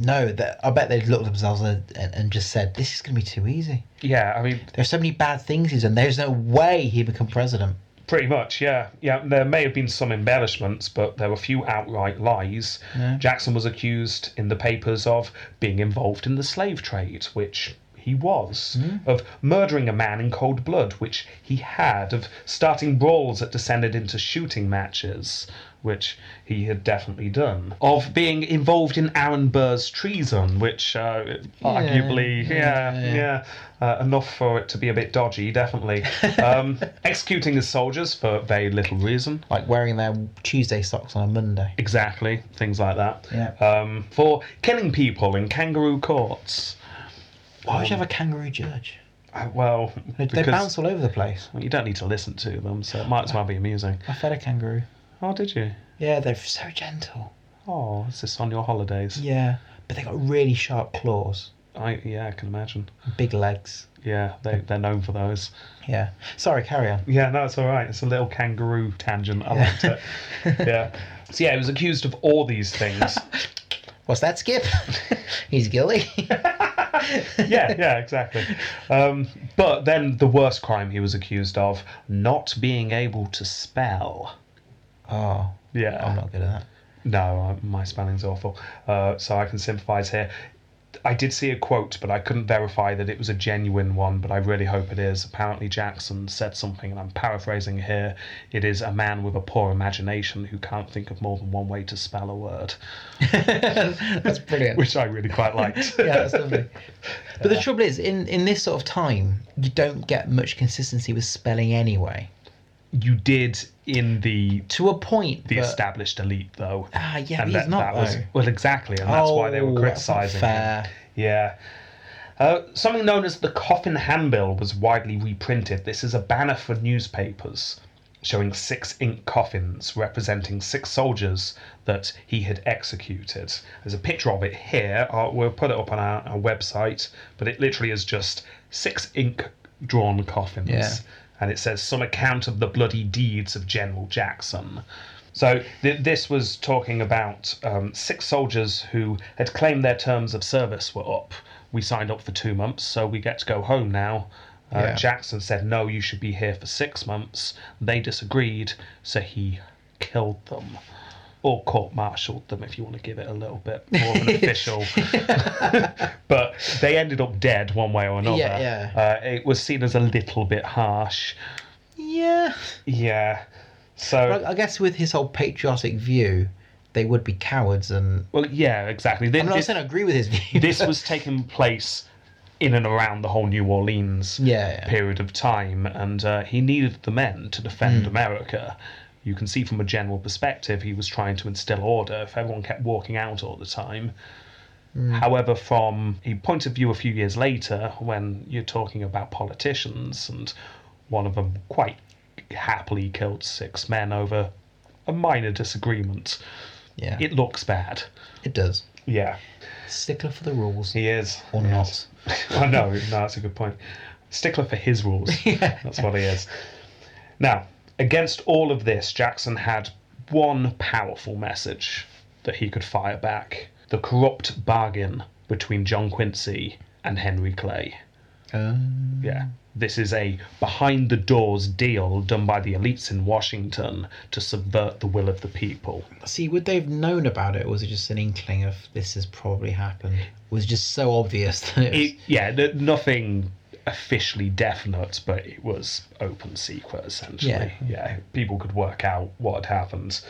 No, that I bet they looked at themselves and, and, and just said, "This is going to be too easy.
Yeah, I mean,
There's so many bad things he's done. There's no way he become president."
Pretty much, yeah. Yeah, there may have been some embellishments, but there were few outright lies. Jackson was accused in the papers of being involved in the slave trade, which he was, of murdering a man in cold blood, which he had, of starting brawls that descended into shooting matches, which he had definitely done, of being involved in Aaron Burr's treason, which uh, arguably, yeah, yeah, uh, enough for it to be a bit dodgy, definitely. Um, executing his soldiers for very little reason.
Like wearing their Tuesday socks on a Monday. Uh,
Exactly, things like that.
Yeah.
Um, for killing people in kangaroo courts.
Why would you have a kangaroo judge?
Uh, Well,
They, they bounce all over the place.
well, you don't need to listen to them, so it might as well be amusing.
I fed a kangaroo.
Oh, did you?
Yeah, they're so gentle.
Oh, is this on your holidays?
Yeah, but they got really sharp claws,
I, yeah, I can imagine.
and big legs.
Yeah, they, they're known for those.
Yeah. Sorry, carry on.
Yeah, no, it's all right. It's a little kangaroo tangent. I liked it. Yeah. So, yeah, he was accused of all these things.
What's that, Skip? He's guilty.
yeah, yeah, exactly. Um, but then the worst crime he was accused of, not being able to spell.
oh, I'm
Yeah.
not good at that.
No, I, my spelling's awful. Uh, so I can sympathise here. I did see a quote, but I couldn't verify that it was a genuine one, but I really hope it is. Apparently, Jackson said something, and I'm paraphrasing here. It is a man with a poor imagination who can't think of more than one way to spell a word,
That's brilliant.
which I really quite liked.
yeah, that's lovely. But the trouble is, in, in this sort of time, you don't get much consistency with spelling anyway.
You did in the
To a point.
the
but-
established elite, though.
Ah, yeah,
and
but he's
that,
not,
that was
though.
well exactly, and that's why they
Oh,
were
that's not
criticising. him.
fair.
Yeah. Uh, something known as the Coffin Handbill was widely reprinted. This is a banner for newspapers showing six ink coffins representing six soldiers that he had executed. There's a picture of it here. Uh, we'll put it up on our, our website, but it literally is just six ink drawn coffins.
Yeah.
And it says, Some account of the bloody deeds of General Jackson. So th- this was talking about um, six soldiers who had claimed their terms of service were up. We signed up for two months, so we get to go home now. Uh,
Yeah.
Jackson said, "No, you should be here for six months." They disagreed, so he killed them. Or court-martialed them, if you want to give it a little bit more of an official. but they ended up dead one way or another.
Yeah, yeah.
Uh, it was seen as a little bit harsh.
Yeah.
Yeah. So
I, I guess with his whole patriotic view, they would be cowards, and
Well, yeah, exactly. Thi-
I'm not
this,
saying I agree with his view.
this was taking place in and around the whole New Orleans
Yeah, yeah.
period of time, and uh, he needed the men to
Hmm.
defend America. You can see from a general perspective, he was trying to instill order if everyone kept walking out all the time.
Hmm.
However, from a point of view a few years later, when you're talking about politicians, and one of them quite happily killed six men over a minor disagreement,
yeah.
it looks bad.
It does.
Yeah.
Stickler for the rules.
He is.
Or
Yes. I know. No, that's a good point. Stickler for his rules. That's what he is. Now, against all of this, Jackson had one powerful message that he could fire back the corrupt bargain between John Quincy and Henry Clay.
Um,
Yeah. This is a behind the doors deal done by the elites in Washington to subvert the will of the people.
see, would they have known about it, or was it just an inkling of this has probably happened? Was it just so obvious that it was,
it, yeah, th- nothing officially definite, but it was open secret essentially.
Yeah.
Yeah, people could work out what had happened.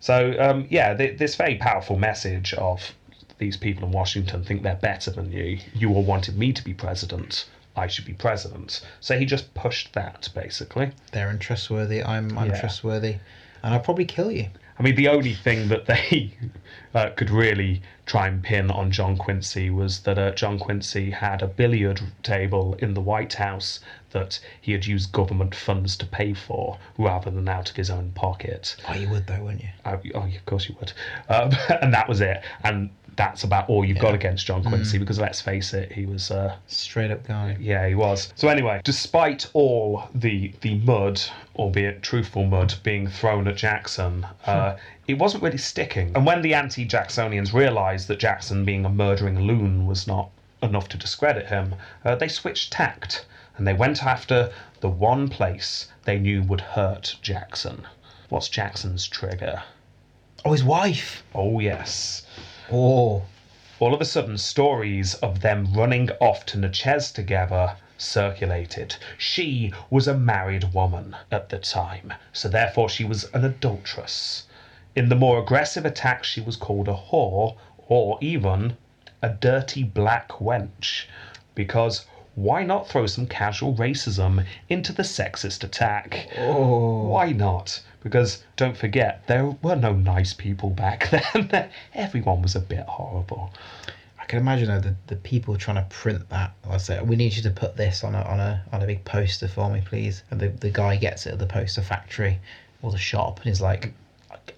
So um, yeah, th- this very powerful message of these people in Washington think they're better than you. You all wanted me to be president. I should be president. So he just pushed that basically.
they're untrustworthy? I'm I'm
Yeah.
trustworthy. and I'll probably kill you.
I mean, the only thing that they uh, could really try and pin on John Quincy was that uh, John Quincy had a billiard table in the White House that he had used government funds to pay for rather than out of his own pocket.
Oh, you would though, wouldn't you?
Uh, oh, of course you would. Um, and that was it. And that's about all you've got against John Quincy because let's face it, he was. Uh,
Straight up guy.
yeah, he was. So anyway, despite all the the mud, albeit truthful mud, being thrown at Jackson, uh, it wasn't really sticking. And when the anti-Jacksonians realised that Jackson being a murdering loon was not enough to discredit him, uh, they switched tact and they went after the one place they knew would hurt Jackson. What's Jackson's trigger?
Oh, his wife.
Oh yes.
Oh,
All of a sudden, stories of them running off to Natchez together circulated. She was a married woman at the time, so therefore she was an adulteress. In the more aggressive attack, she was called a whore or even a dirty black wench, because why not throw some casual racism into the sexist attack?
oh.
Why not? Because don't forget, there were no nice people back then. Everyone was a bit horrible.
I can imagine though the, the people trying to print that. I say, we need you to put this on a on a on a big poster for me, please. And the, the guy gets it at the poster factory or the shop and is like,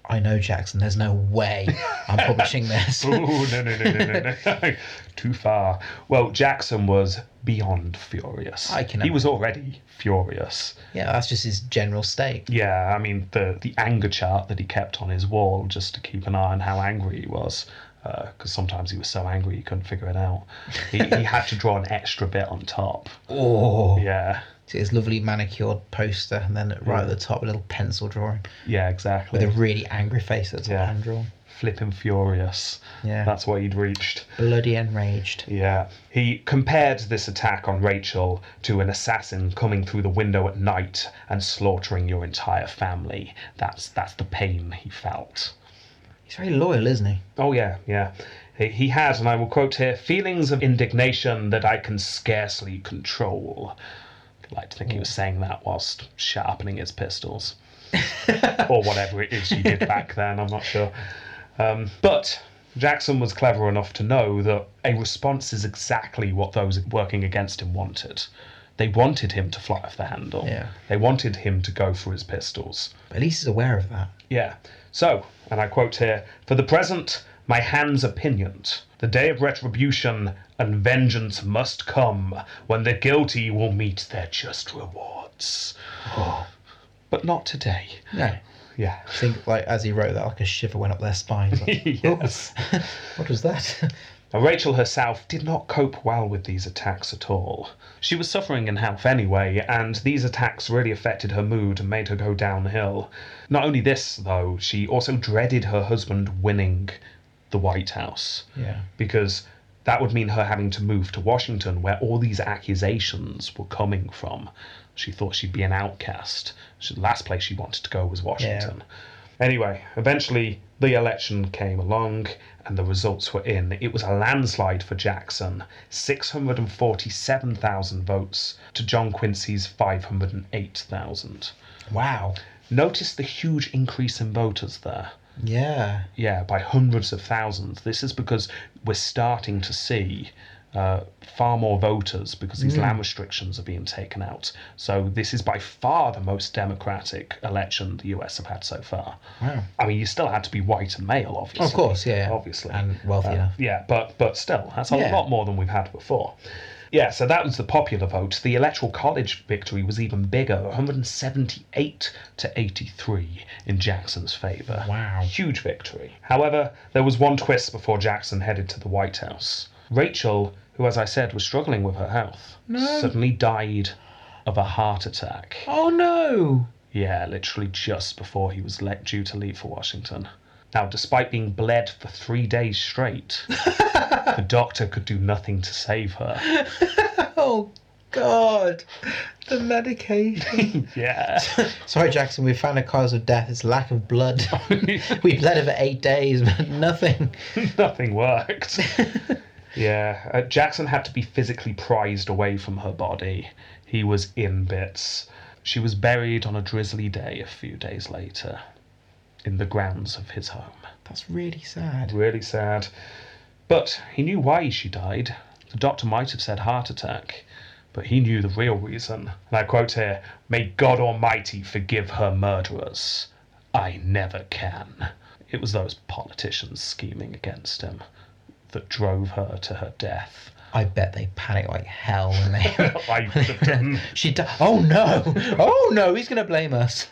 I know Jackson. There's no way I'm publishing this.
oh no no no no no no too far well jackson was beyond furious
I can
he was already furious
yeah, that's just his general state.
yeah i mean the the anger chart that he kept on his wall just to keep an eye on how angry he was because sometimes he was so angry he couldn't figure it out he, he had to draw an extra bit on top
Oh.
yeah
So his lovely manicured poster, and then right at the top, a little pencil drawing
yeah exactly
with a really angry face that's
Yeah.
yeah. hand drawn.
flipping furious
Yeah.
that's what he'd reached
Bloody enraged.
Yeah. He compared this attack on Rachel to an assassin coming through the window at night and slaughtering your entire family. That's that's the pain he felt.
He's very loyal, isn't he?
Oh yeah, yeah. He- He had, and I will quote here, feelings of indignation that I can scarcely control. I'd like to think he was saying that whilst sharpening his pistols. or whatever it is you did back then, I'm not sure. Um, but Jackson was clever enough to know that a response is exactly what those working against him wanted. They wanted him to fly off the handle.
Yeah.
They wanted him to go for his pistols.
But at least he's aware of that.
Yeah. So, and I quote here For the present, my hands are pinioned. The day of retribution and vengeance must come when the guilty will meet their just rewards. But not today.
No.
Yeah.
think like as he wrote that, like a shiver went up their spines. Like,
yes.
what was that?
Now, Rachel herself did not cope well with these attacks at all. She was suffering in health anyway, and these attacks really affected her mood and made her go downhill. Not only this, though, she also dreaded her husband winning the White House.
yeah.
because that would mean her having to move to Washington, where all these accusations were coming from. She thought she'd be an outcast. She, the last place she wanted to go was Washington. Anyway, eventually the election came along and the results were in. It was a landslide for Jackson 647,000 votes to John Quincy's 508,000.
Wow.
Notice the huge increase in voters there
Yeah.
yeah, by hundreds of thousands. This is because we're starting to see uh, far more voters because these
Hmm.
land restrictions are being taken out. So this is by far the most democratic election the US have had so far.
Wow.
I mean, you still had to be white and male, obviously.
Of course, yeah.
Obviously.
And wealthy
Uh,
enough.
yeah, but but still, that's a
Yeah.
lot more than we've had before. Yeah, so that was the popular vote. The electoral college victory was even bigger, 178 to 83 in Jackson's favour.
Wow.
Huge victory. However, there was one twist before Jackson headed to the White House. Rachel, who as I said was struggling with her health, suddenly died of a heart attack.
Oh no.
Yeah, literally just before he was let due to leave for Washington. Now, despite being bled for three days straight, the doctor could do nothing to save her.
Oh God. The medication.
Yeah.
Sorry, Jackson. We found a cause of death. It's lack of blood. we bled it for eight days, but nothing.
nothing worked. yeah, uh, Jackson had to be physically prized away from her body. He was in bits. She was buried on a drizzly day a few days later. in the grounds of his home.
That's really sad.
Really sad. But he knew why she died. The doctor might have said heart attack, but he knew the real reason. And I quote here May God Almighty forgive her murderers. I never can. It was those politicians scheming against him that drove her to her death.
I bet they panic like hell when they.
I would have done.
she di- Oh no! Oh no! He's gonna blame us.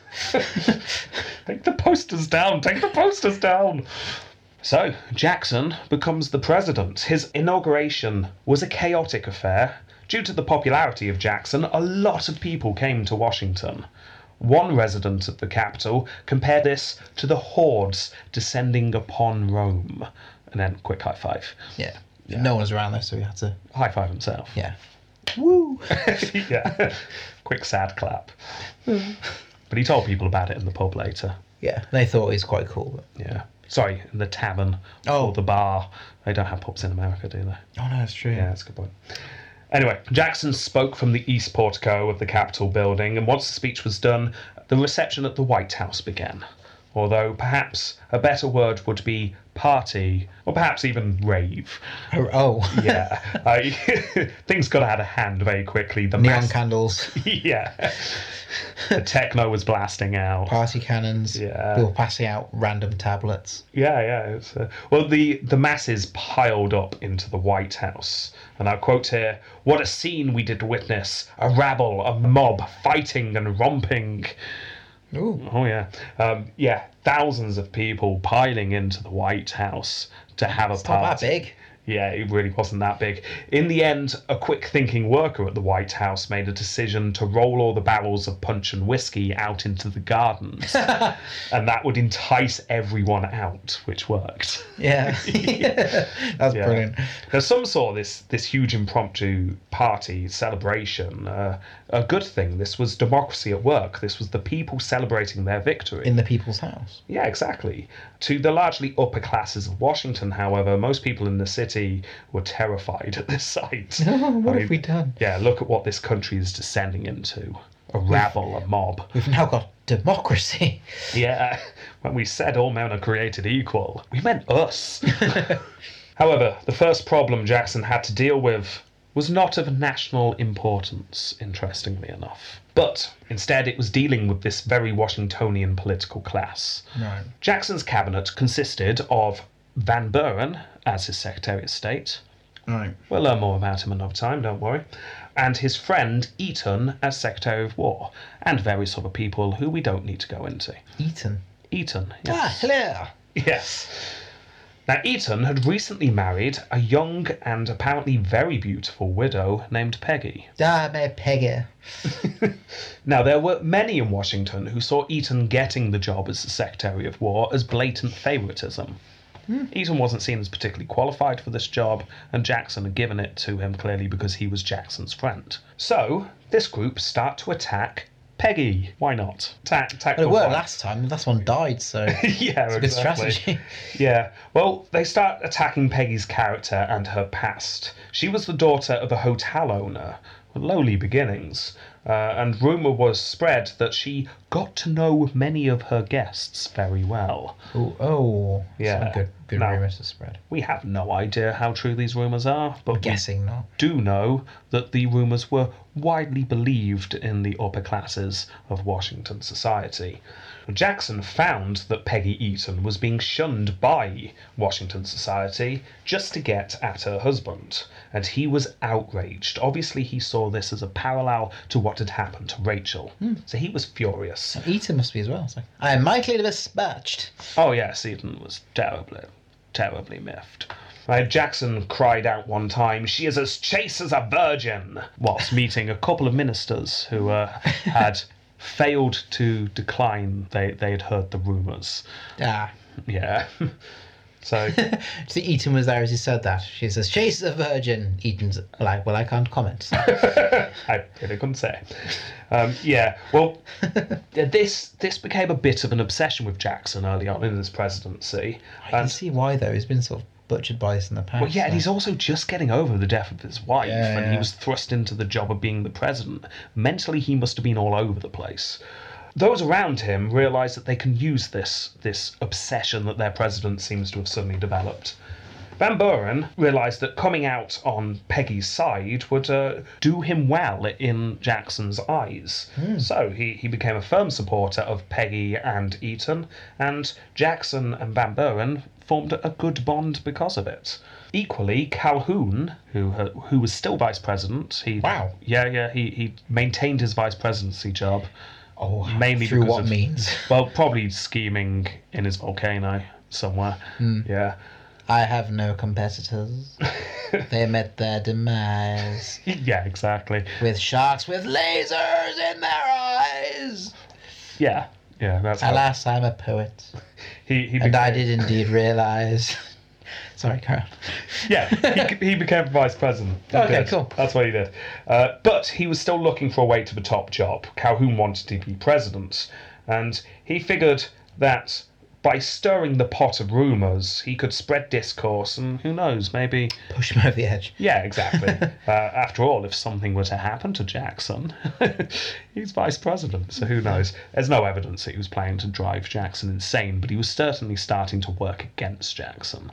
Take the posters down. Take the posters down. So, Jackson becomes the president. His inauguration was a chaotic affair. Due to the popularity of Jackson, a lot of people came to Washington. One resident of the capital compared this to the hordes descending upon Rome. And then, quick high five.
Yeah. No one was around there, so we had to.
High five himself.
Yeah. Woo!
yeah. quick sad clap. but he told people about it in the pub later.
yeah. They thought it was quite cool.
Yeah. Sorry, in the tavern
Oh.
or the bar. They don't have pubs in America, do they?
Oh no, it's true.
Yeah, that's a good point. Anyway, Jackson spoke from the east portico of the Capitol building, and once the speech was done, the reception at the White House began. Although perhaps a better word would be party, or perhaps even rave.
Hur- Oh.
Yeah, I, things got out of hand very quickly. The
Neon
mass-
candles,
yeah, the techno was blasting out.
party cannons.
Yeah.
We were passing out random tablets.
Yeah, yeah. It's, uh, well, the the masses piled up into the White House, and I quote here: "What a scene we did witness! A rabble, a mob, fighting and romping."
Ooh.
Oh yeah, um, yeah. Thousands of people piling into the White House to have a
Not
party.
that big.
Yeah, it really wasn't that big. In the end, a quick thinking worker at the White House made a decision to roll all the barrels of punch and whiskey out into the gardens. and that would entice everyone out, which worked.
Yeah. That's
Yeah.
brilliant.
Now, some saw this this huge impromptu party celebration uh, a good thing. This was democracy at work. This was the people celebrating their victory.
In the people's house.
Yeah, exactly. To the largely upper classes of Washington, however, most people in the city were terrified at this sight.
what
I
have we done?
Yeah, look at what this country is descending into. A rabble, a mob.
We've now got democracy.
Yeah, when we said all men are created equal, we meant us. However, the first problem Jackson had to deal with was not of national importance, interestingly enough. But instead, it was dealing with this very Washingtonian political class.
Right.
Jackson's cabinet consisted of Van Buren as his Secretary of State.
Right.
We'll learn more about him another time, don't worry. And his friend Eaton as Secretary of War, and various other people who we don't need to go into.
Eaton.
Eaton,
Ah,
yes.
hello.
yes. Now, Eaton had recently married a young and apparently very beautiful widow named Peggy.
Dame Peggy.
Now, there were many in Washington who saw Eaton getting the job as the Secretary of War as blatant favouritism.
Hmm.
Eaton wasn't seen as particularly qualified for this job, and Jackson had given it to him clearly because he was Jackson's friend. So, this group start to attack Peggy. Why not? Attack, attack
But it
the
worked
wife.
last time. Last one died, so
yeah,
it's a good
exactly.
strategy.
Yeah. Well, they start attacking Peggy's character and her past. She was the daughter of a hotel owner with lowly beginnings, uh, and rumour was spread that she got to know many of her guests very well.
Ooh, oh,
Yeah.
Some good, good
No.
rumours to spread.
We have no idea how true these rumours are, but we
Guessing not.
do know that the rumours were widely believed in the upper classes of Washington society. Jackson found that Peggy Eaton was being shunned by Washington society just to get at her husband, and he was outraged. Obviously, he saw this as a parallel to what had happened to Rachel, so he was furious.
Eaton must be as well. It's like, I am mightily dispatched.
Oh yes, Eden was terribly, terribly miffed. Uh, Jackson cried out one time, "She is as chaste as a virgin," whilst meeting a couple of ministers who uh, had failed to decline. They they had heard the rumours.
Ah.
Yeah. So
So Eaton was there as he said that. She says, She's a virgin. Eaton's like, Well, I can't comment.
I really couldn't say. Um, yeah, well, th- this this became a bit of an obsession with Jackson early on in his presidency. Um,
I can see why, though. He's been sort of butchered by this in the past.
Well, yeah, and he's also just getting over the death of his wife,
Yeah,
and he
yeah.
was thrust into the job of being the president. Mentally, he must have been all over the place. those around him realize that they can use this this obsession that their president seems to have suddenly developed. Van Buren realized that coming out on Peggy's side would uh, do him well in Jackson's eyes.
Hmm.
So he, he became a firm supporter of Peggy and Eaton, and Jackson and Van Buren formed a good bond because of it. Equally, Calhoun, who uh, who was still vice president, he
Wow.
yeah yeah he, he maintained his vice presidency job.
Oh,
Mainly
through
because
what
of-
means?
Well, probably scheming in his volcano somewhere.
Hmm.
Yeah.
I have no competitors. they met their demise
Yeah, exactly.
with sharks with lasers in their eyes.
Yeah. Yeah, that's how
Alas, I'm a poet,
he, he
and I
became-
did indeed realise. Sorry, Carol.
Yeah, he, he became vice president. He
Okay,
did.
cool.
That's what he did. Uh, but he was still looking for a way to the top job. Calhoun wanted to be president, and he figured that by stirring the pot of rumors, he could spread discourse, and who knows, maybe
Push him over the edge.
Yeah, exactly. uh, after all, if something were to happen to Jackson, he's vice president, so who knows? There's no evidence that he was planning to drive Jackson insane, but he was certainly starting to work against Jackson.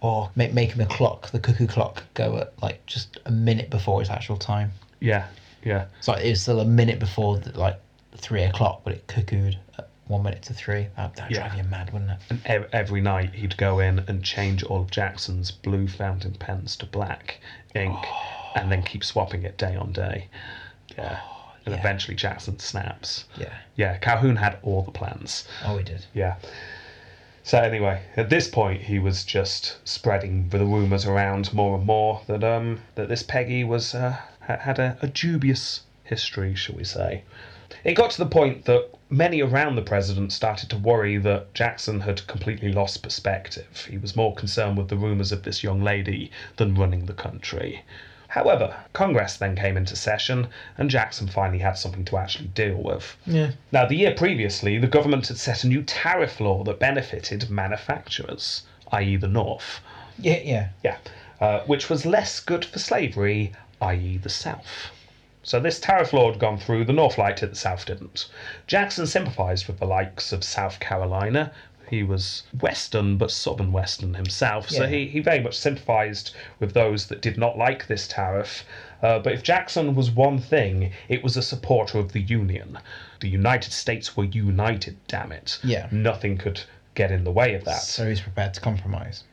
Or make, make him a clock, the cuckoo clock, go at like just a minute before its actual time.
Yeah, yeah,
So like, it was still a minute before the, like three o'clock, but it cuckooed at one minute to three. That would
Yeah.
drive you mad, wouldn't it?
And ev- every night he'd go in and change all of Jackson's blue fountain pens to black ink and then keep swapping it day on day. Yeah. And
yeah.
eventually Jackson snaps.
Yeah.
Yeah, Calhoun had all the plans.
Oh, we did.
Yeah. So anyway, at this point, he was just spreading the rumours around more and more that um that this Peggy was uh, ha- had a, a dubious history, shall we say? It got to the point that many around the president started to worry that Jackson had completely lost perspective. He was more concerned with the rumours of this young lady than running the country. However, Congress then came into session, and Jackson finally had something to actually deal with.
Yeah.
Now, the year previously, the government had set a new tariff law that benefited manufacturers, i.e., the North,
Yeah, yeah.
yeah, uh, which was less good for slavery, i.e., the South. So, this tariff law had gone through, the North liked it, the South didn't. Jackson sympathised with the likes of South Carolina. He was Western, but Southern Western himself, so
Yeah.
he, he very much sympathised with those that did not like this tariff. Uh, but if Jackson was one thing, it was a supporter of the Union. The United States were united, damn it.
Yeah.
Nothing could get in the way of that.
So he's prepared to compromise.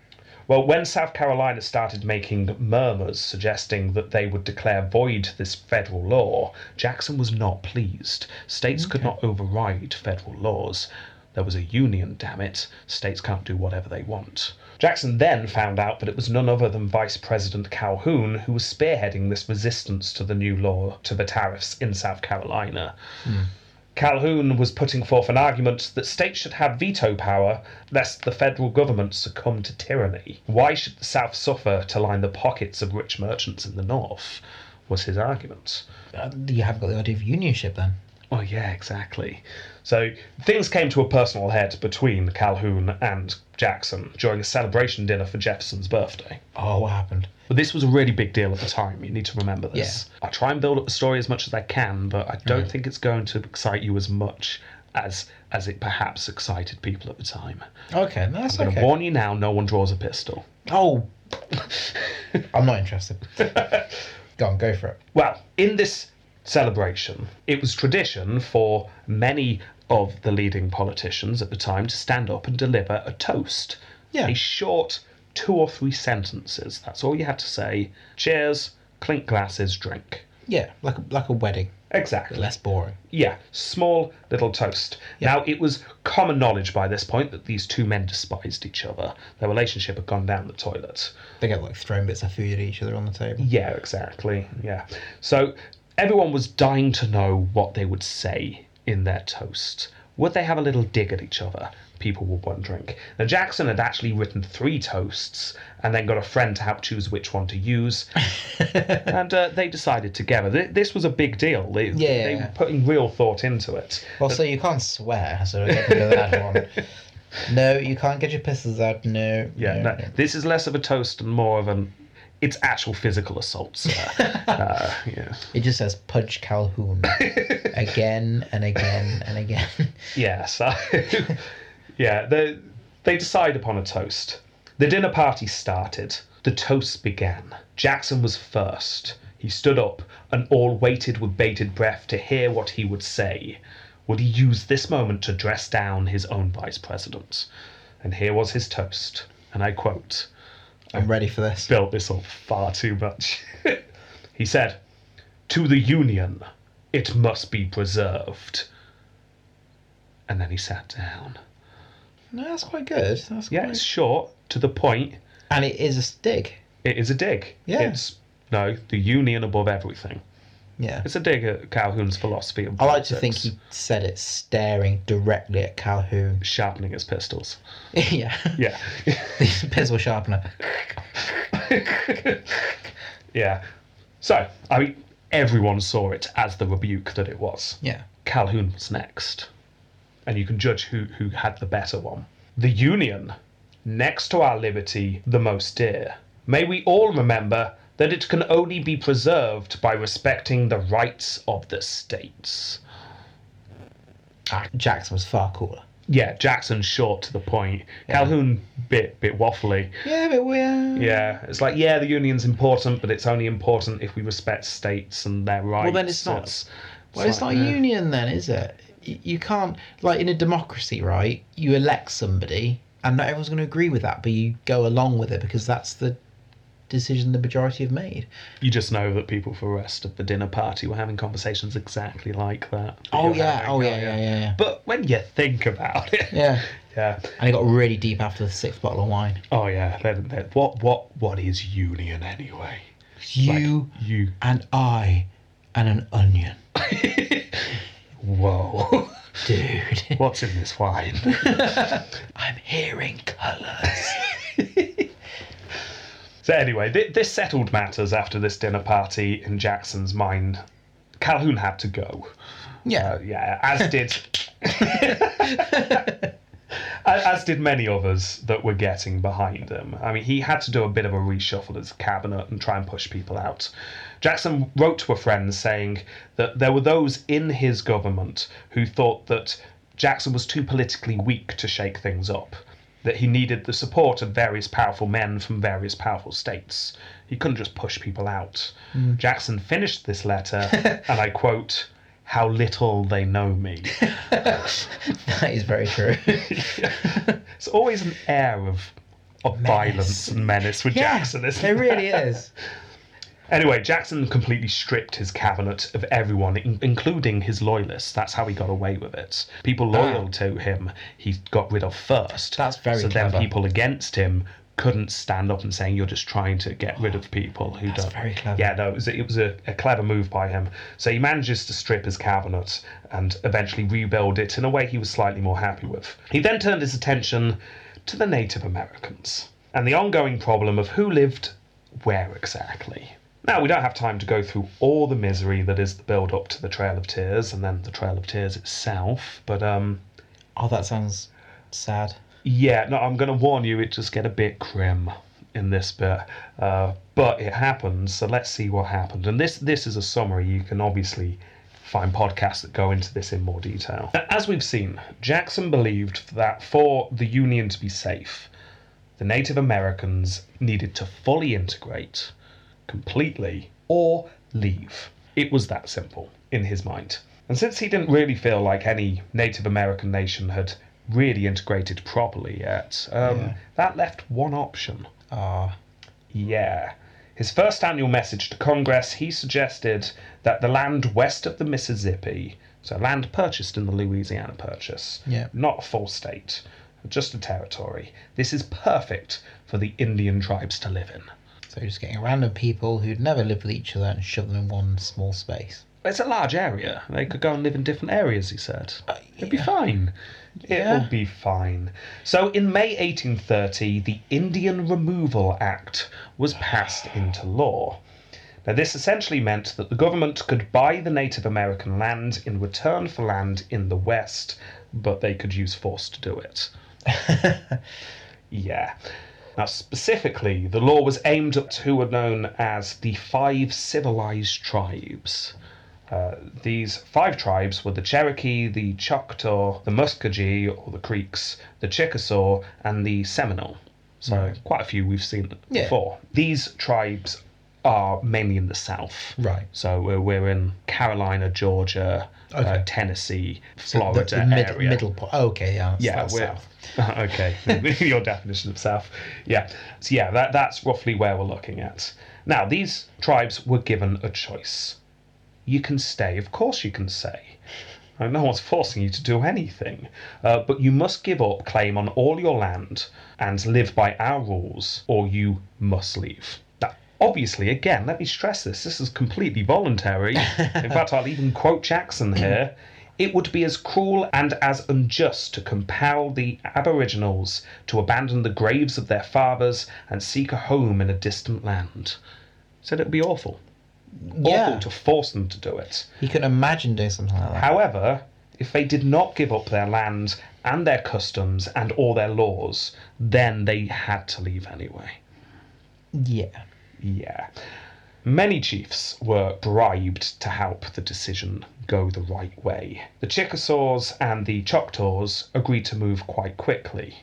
Well, when South Carolina started making murmurs suggesting that they would declare void this federal law, Jackson was not pleased. States could not override federal laws. There was a union, damn it. States can't do whatever they want. Jackson then found out that it was none other than Vice President Calhoun who was spearheading this resistance to the new law to the tariffs in South Carolina. Calhoun was putting forth an argument that states should have veto power lest the federal government succumb to tyranny. Why should the South suffer to line the pockets of rich merchants in the North? Was his argument.
Uh, You have got the idea of unionship then.
Oh, yeah, exactly. So things came to a personal head between Calhoun and Jackson during a celebration dinner for Jefferson's birthday.
Oh, what happened?
But this was a really big deal at the time. You need to remember this. I try and build up the story as much as I can, but I don't think it's going to excite you as much as as it perhaps excited people at the time.
Okay, no, that's
I'm going to
okay.
warn you now: no one draws a pistol.
Oh, I'm not interested. go on, go for it.
Well, in this celebration, it was tradition for many of the leading politicians at the time to stand up and deliver a toast.
Yeah.
A short two or three sentences. That's all you had to say. Cheers, clink glasses, drink.
Yeah, like a, like a wedding,
Exactly.
less boring.
Yeah, small little toast. Now, it was common knowledge by this point that these two men despised each other. Their relationship had gone down the toilet.
They get like throwing bits of food at each other on the table.
Yeah, exactly. Yeah. So everyone was dying to know what they would say in their toast. Would they have a little dig at each other? People were wondering. Now, Jackson had actually written three toasts and then got a friend to help choose which one to use. and uh, they decided together. Th- This was a big deal. They, they
Yeah.
were putting real thought into it.
Well, so you can't swear, so we get rid of that one. No, you can't get your pistols out. No.
Yeah,
no,
no, this is less of a toast and more of an It's actual physical assault, sir. uh, yeah.
It just says Pudge Calhoun again and again and again.
Yeah, so yeah, they they decide upon a toast. The dinner party started. The toasts began. Jackson was first. He stood up, and all waited with bated breath to hear what he would say. Would he use this moment to dress down his own vice president? And here was his toast, and I quote
I'm ready for this.
built this up far too much. he said, To the Union, it must be preserved. And then he sat down.
No, that's quite good. That's
Yeah,
quite...
it's short, to the point.
And it is a stick.
It is a dig.
Yeah.
It's, no, the Union above everything.
Yeah.
It's a dig at Calhoun's philosophy. and
I like to think
politics,
he said it staring directly at Calhoun.
Sharpening his pistols.
yeah.
Yeah.
Pencil sharpener.
yeah. So, I mean, everyone saw it as the rebuke that it was.
Yeah.
Calhoun was next. And you can judge who, who had the better one. The Union, next to our liberty, the most dear. May we all remember that it can only be preserved by respecting the rights of the states.
Ah, Jackson was far cooler.
Yeah, Jackson's short to the point. Calhoun bit bit waffly.
Yeah, but uh, we're.
Yeah, it's like yeah, the union's important, but it's only important if we respect states and their rights.
then it's not- Well, it's not
like,
a
yeah.
union then, is it? Y- You can't like in a democracy, right? You elect somebody, and not everyone's going to agree with that, but you go along with it because that's the decision the majority have made.
You just know that people for the rest of the dinner party were having conversations exactly like that. that
Oh
you're
yeah,
having.
oh yeah, yeah, yeah, yeah.
But when you think about it,
Yeah,
yeah.
and it got really deep after the sixth bottle of wine.
oh yeah, then, then, what what what is union anyway? Like,
You
you,
and I and an onion,
whoa,
dude.
what's in this wine?
I'm hearing colours.
so anyway, th- this settled matters after this dinner party in Jackson's mind. Calhoun had to go.
yeah,
Yeah, as did as did many others that were getting behind him. I mean, he had to do a bit of a reshuffle as cabinet and try and push people out. Jackson wrote to a friend saying that there were those in his government who thought that Jackson was too politically weak to shake things up. That he needed the support of various powerful men from various powerful states. He couldn't just push people out. Jackson finished this letter, and I quote, How little they know me.
that is very true.
It's always an air of of violence and menace with
yeah,
Jackson, isn't
it
there?
really is.
Anyway, Jackson completely stripped his cabinet of everyone, in- including his loyalists. That's how he got away with it. People loyal to him, he got rid of first.
Ah. That's very
So
clever.
then people against him couldn't stand up and saying you're just trying to get rid of people who
Oh, That's
don't.
very clever.
Yeah, no, it was, a, it was a, a clever move by him. So he manages to strip his cabinet and eventually rebuild it in a way he was slightly more happy with. He then turned his attention to the Native Americans and the ongoing problem of who lived where exactly. Now, we don't have time to go through all the misery that is the build up to the Trail of Tears and then the Trail of Tears itself, but um,
Oh, that sounds sad.
yeah, no, I'm going to warn you, it just get a bit grim in this bit, uh, but it happens. So let's see what happened. And this this is a summary. You can obviously find podcasts that go into this in more detail. A- As we've seen, Jackson believed that for the Union to be safe, the Native Americans needed to fully integrate completely or leave. It was that simple in his mind. And since he didn't really feel like any Native American nation had really integrated properly yet, um,
Yeah.
that left one option.
Ah,
Yeah. His first annual message to Congress, he suggested that the land west of the Mississippi, so land purchased in the Louisiana Purchase,
Yeah.
not a full state, just a territory, this is perfect for the Indian tribes to live in.
so just getting random people who'd never lived with each other and shove them in one small space.
It's a large area. They could go and live in different areas, he said. It'd be fine.
Yeah.
It'll be fine. So, in May 1830, the Indian Removal Act was passed into law. Now, this essentially meant that the government could buy the Native American land in return for land in the West, but they could use force to do it. yeah. Now, specifically, the law was aimed at who were known as the Five Civilized Tribes. Uh, these five tribes were the Cherokee, the Choctaw, the Muskogee, or the Creeks, the Chickasaw, and the Seminole. So, quite a few we've seen
Yeah.
before. These tribes are mainly in the South.
Right.
So, we're, we're in Carolina, Georgia, uh,
Okay.
Tennessee,
The-
Florida
the, mid-
area.
middle po- oh, okay, yeah. that's-
Yeah,
that's
we're-
south.
okay. Your definition of South. Yeah. So yeah, that, that's roughly where we're looking at. Now, these tribes were given a choice. You can stay, of course you can stay. Uh, No one's forcing you to do anything. Uh, but you must give up claim on all your land and live by our rules, or you must leave. Now, obviously, again, let me stress this this is completely voluntary. In fact, I'll even quote Jackson here. It would be as cruel and as unjust to compel the Aboriginals to abandon the graves of their fathers and seek a home in a distant land. So it'd be awful.
Yeah.
Awful to force them to do it.
You can imagine doing something like that.
However, if they did not give up their land and their customs and all their laws, then they had to leave anyway.
Yeah.
Yeah. Many chiefs were bribed to help the decision go the right way. The Chickasaws and the Choctaws agreed to move quite quickly.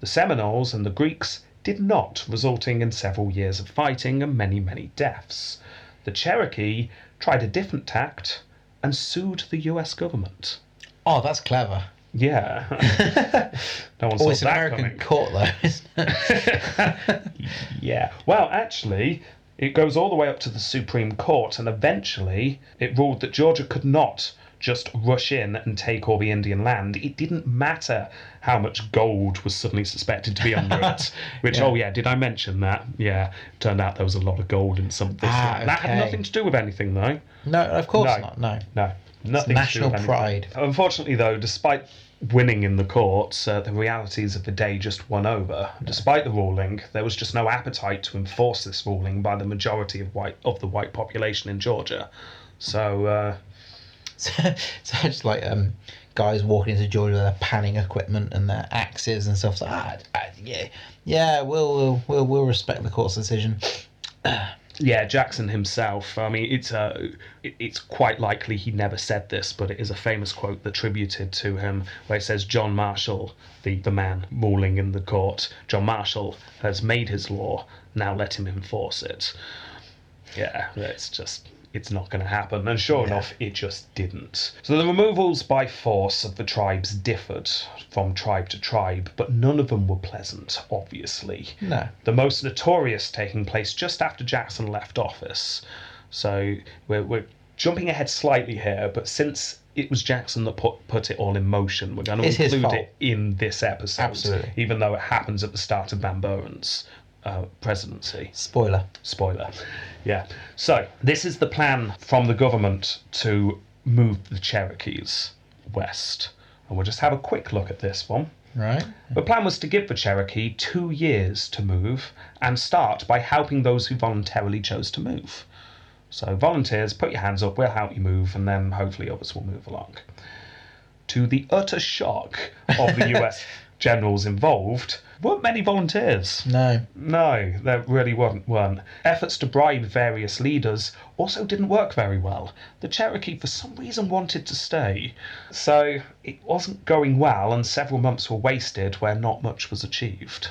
The Seminoles and the Greeks did not, resulting in several years of fighting and many, many deaths. The Cherokee tried a different tact and sued the US government.
Oh, that's clever.
Yeah. no one saw
Oh, it's an
that
American
coming.
court, though, isn't it?
Yeah. Well, actually, it goes all the way up to the Supreme Court, and eventually it ruled that Georgia could not just rush in and take all the Indian land. It didn't matter how much gold was suddenly suspected to be under it. Which, oh yeah, did I mention that? Yeah. Turned out there was a lot of gold in something.
Ah,
That had
okay.
nothing to do with anything, though.
No, of course
No.
not. No.
No, nothing. to do
national
with anything.
pride.
Unfortunately, though, despite winning in the courts, uh, the realities of the day just won over. Despite the ruling, there was just no appetite to enforce this ruling by the majority of white of the white population in Georgia. So uh,
So, so just like um, guys walking into Georgia with their panning equipment and their axes and stuff. It's like, ah, ah, yeah, yeah, we'll, we'll we'll we'll respect the court's decision.
yeah, Jackson himself. I mean, it's uh, it, it's quite likely he never said this, but it is a famous quote attributed to him, where it says, "John Marshall, the the man ruling in the court, John Marshall has made his law. Now let him enforce it." Yeah, it's just it's not going to happen, and sure enough, it just didn't. So the removals by force of the tribes differed from tribe to tribe, but none of them were pleasant, obviously
No.
the most notorious taking place just after Jackson left office. So we're, we're jumping ahead slightly here, but since it was Jackson that put, put it all in motion, we're going to
It's his
include
fault.
it in this episode.
Absolutely.
Even though it happens at the start of Van Buren's uh, presidency.
Spoiler.
Spoiler. Yeah. So this is the plan from the government to move the Cherokees west. And we'll just have a quick look at this one.
Right.
The plan was to give the Cherokee two years to move and start by helping those who voluntarily chose to move. So, volunteers, put your hands up, we'll help you move, and then hopefully others will move along. To the utter shock of the US generals involved, weren't many volunteers.
No.
No, there really weren't one. Efforts to bribe various leaders also didn't work very well. The Cherokee, for some reason, wanted to stay. So it wasn't going well, and several months were wasted where not much was achieved.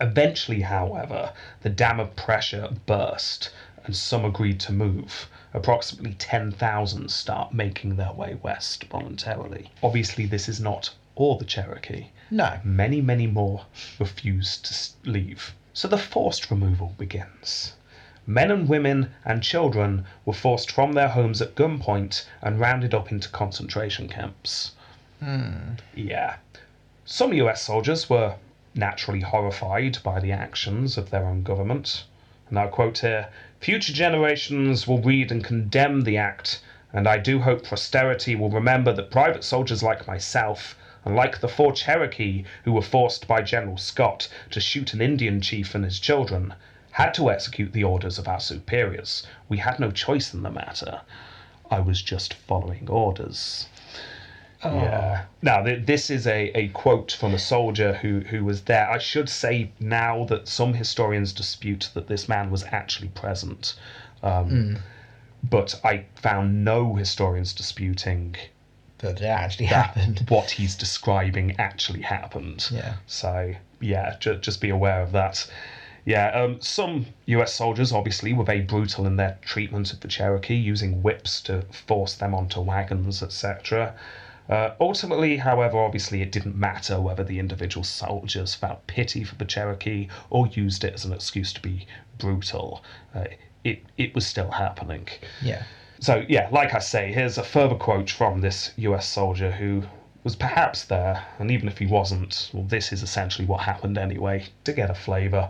Eventually, however, the dam of pressure burst, and some agreed to move. Approximately 10,000 start making their way west voluntarily. Obviously, this is not all the Cherokee
No.
many, many more refuse to s- leave. So the forced removal begins. Men and women and children were forced from their homes at gunpoint and rounded up into concentration camps. Yeah. Some US soldiers were naturally horrified by the actions of their own government. And I quote here Future generations will read and condemn the act, and I do hope posterity will remember that private soldiers like myself, and like the four Cherokee who were forced by General Scott to shoot an Indian chief and his children, had to execute the orders of our superiors. We had no choice in the matter. I was just following orders. Yeah. Now, th- this is a, a quote from a soldier who, who was there. I should say now that some historians dispute that this man was actually present. Um, But I found no historians disputing
But it actually
that
happened.
what he's describing actually happened.
Yeah.
So, yeah, ju- just be aware of that. Yeah, um, some US soldiers obviously were very brutal in their treatment of the Cherokee, using whips to force them onto wagons, etc. Uh, ultimately, however, obviously it didn't matter whether the individual soldiers felt pity for the Cherokee or used it as an excuse to be brutal. Uh, it, it was still happening.
Yeah.
So, yeah, like I say, here's a further quote from this US soldier who was perhaps there, and even if he wasn't, well, this is essentially what happened anyway, to get a flavour.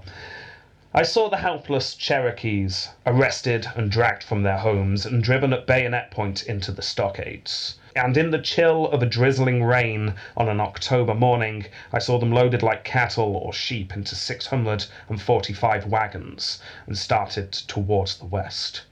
I saw the helpless Cherokees arrested and dragged from their homes and driven at bayonet point into the stockades. And in the chill of a drizzling rain on an October morning, I saw them loaded like cattle or sheep into 645 wagons and started towards the west.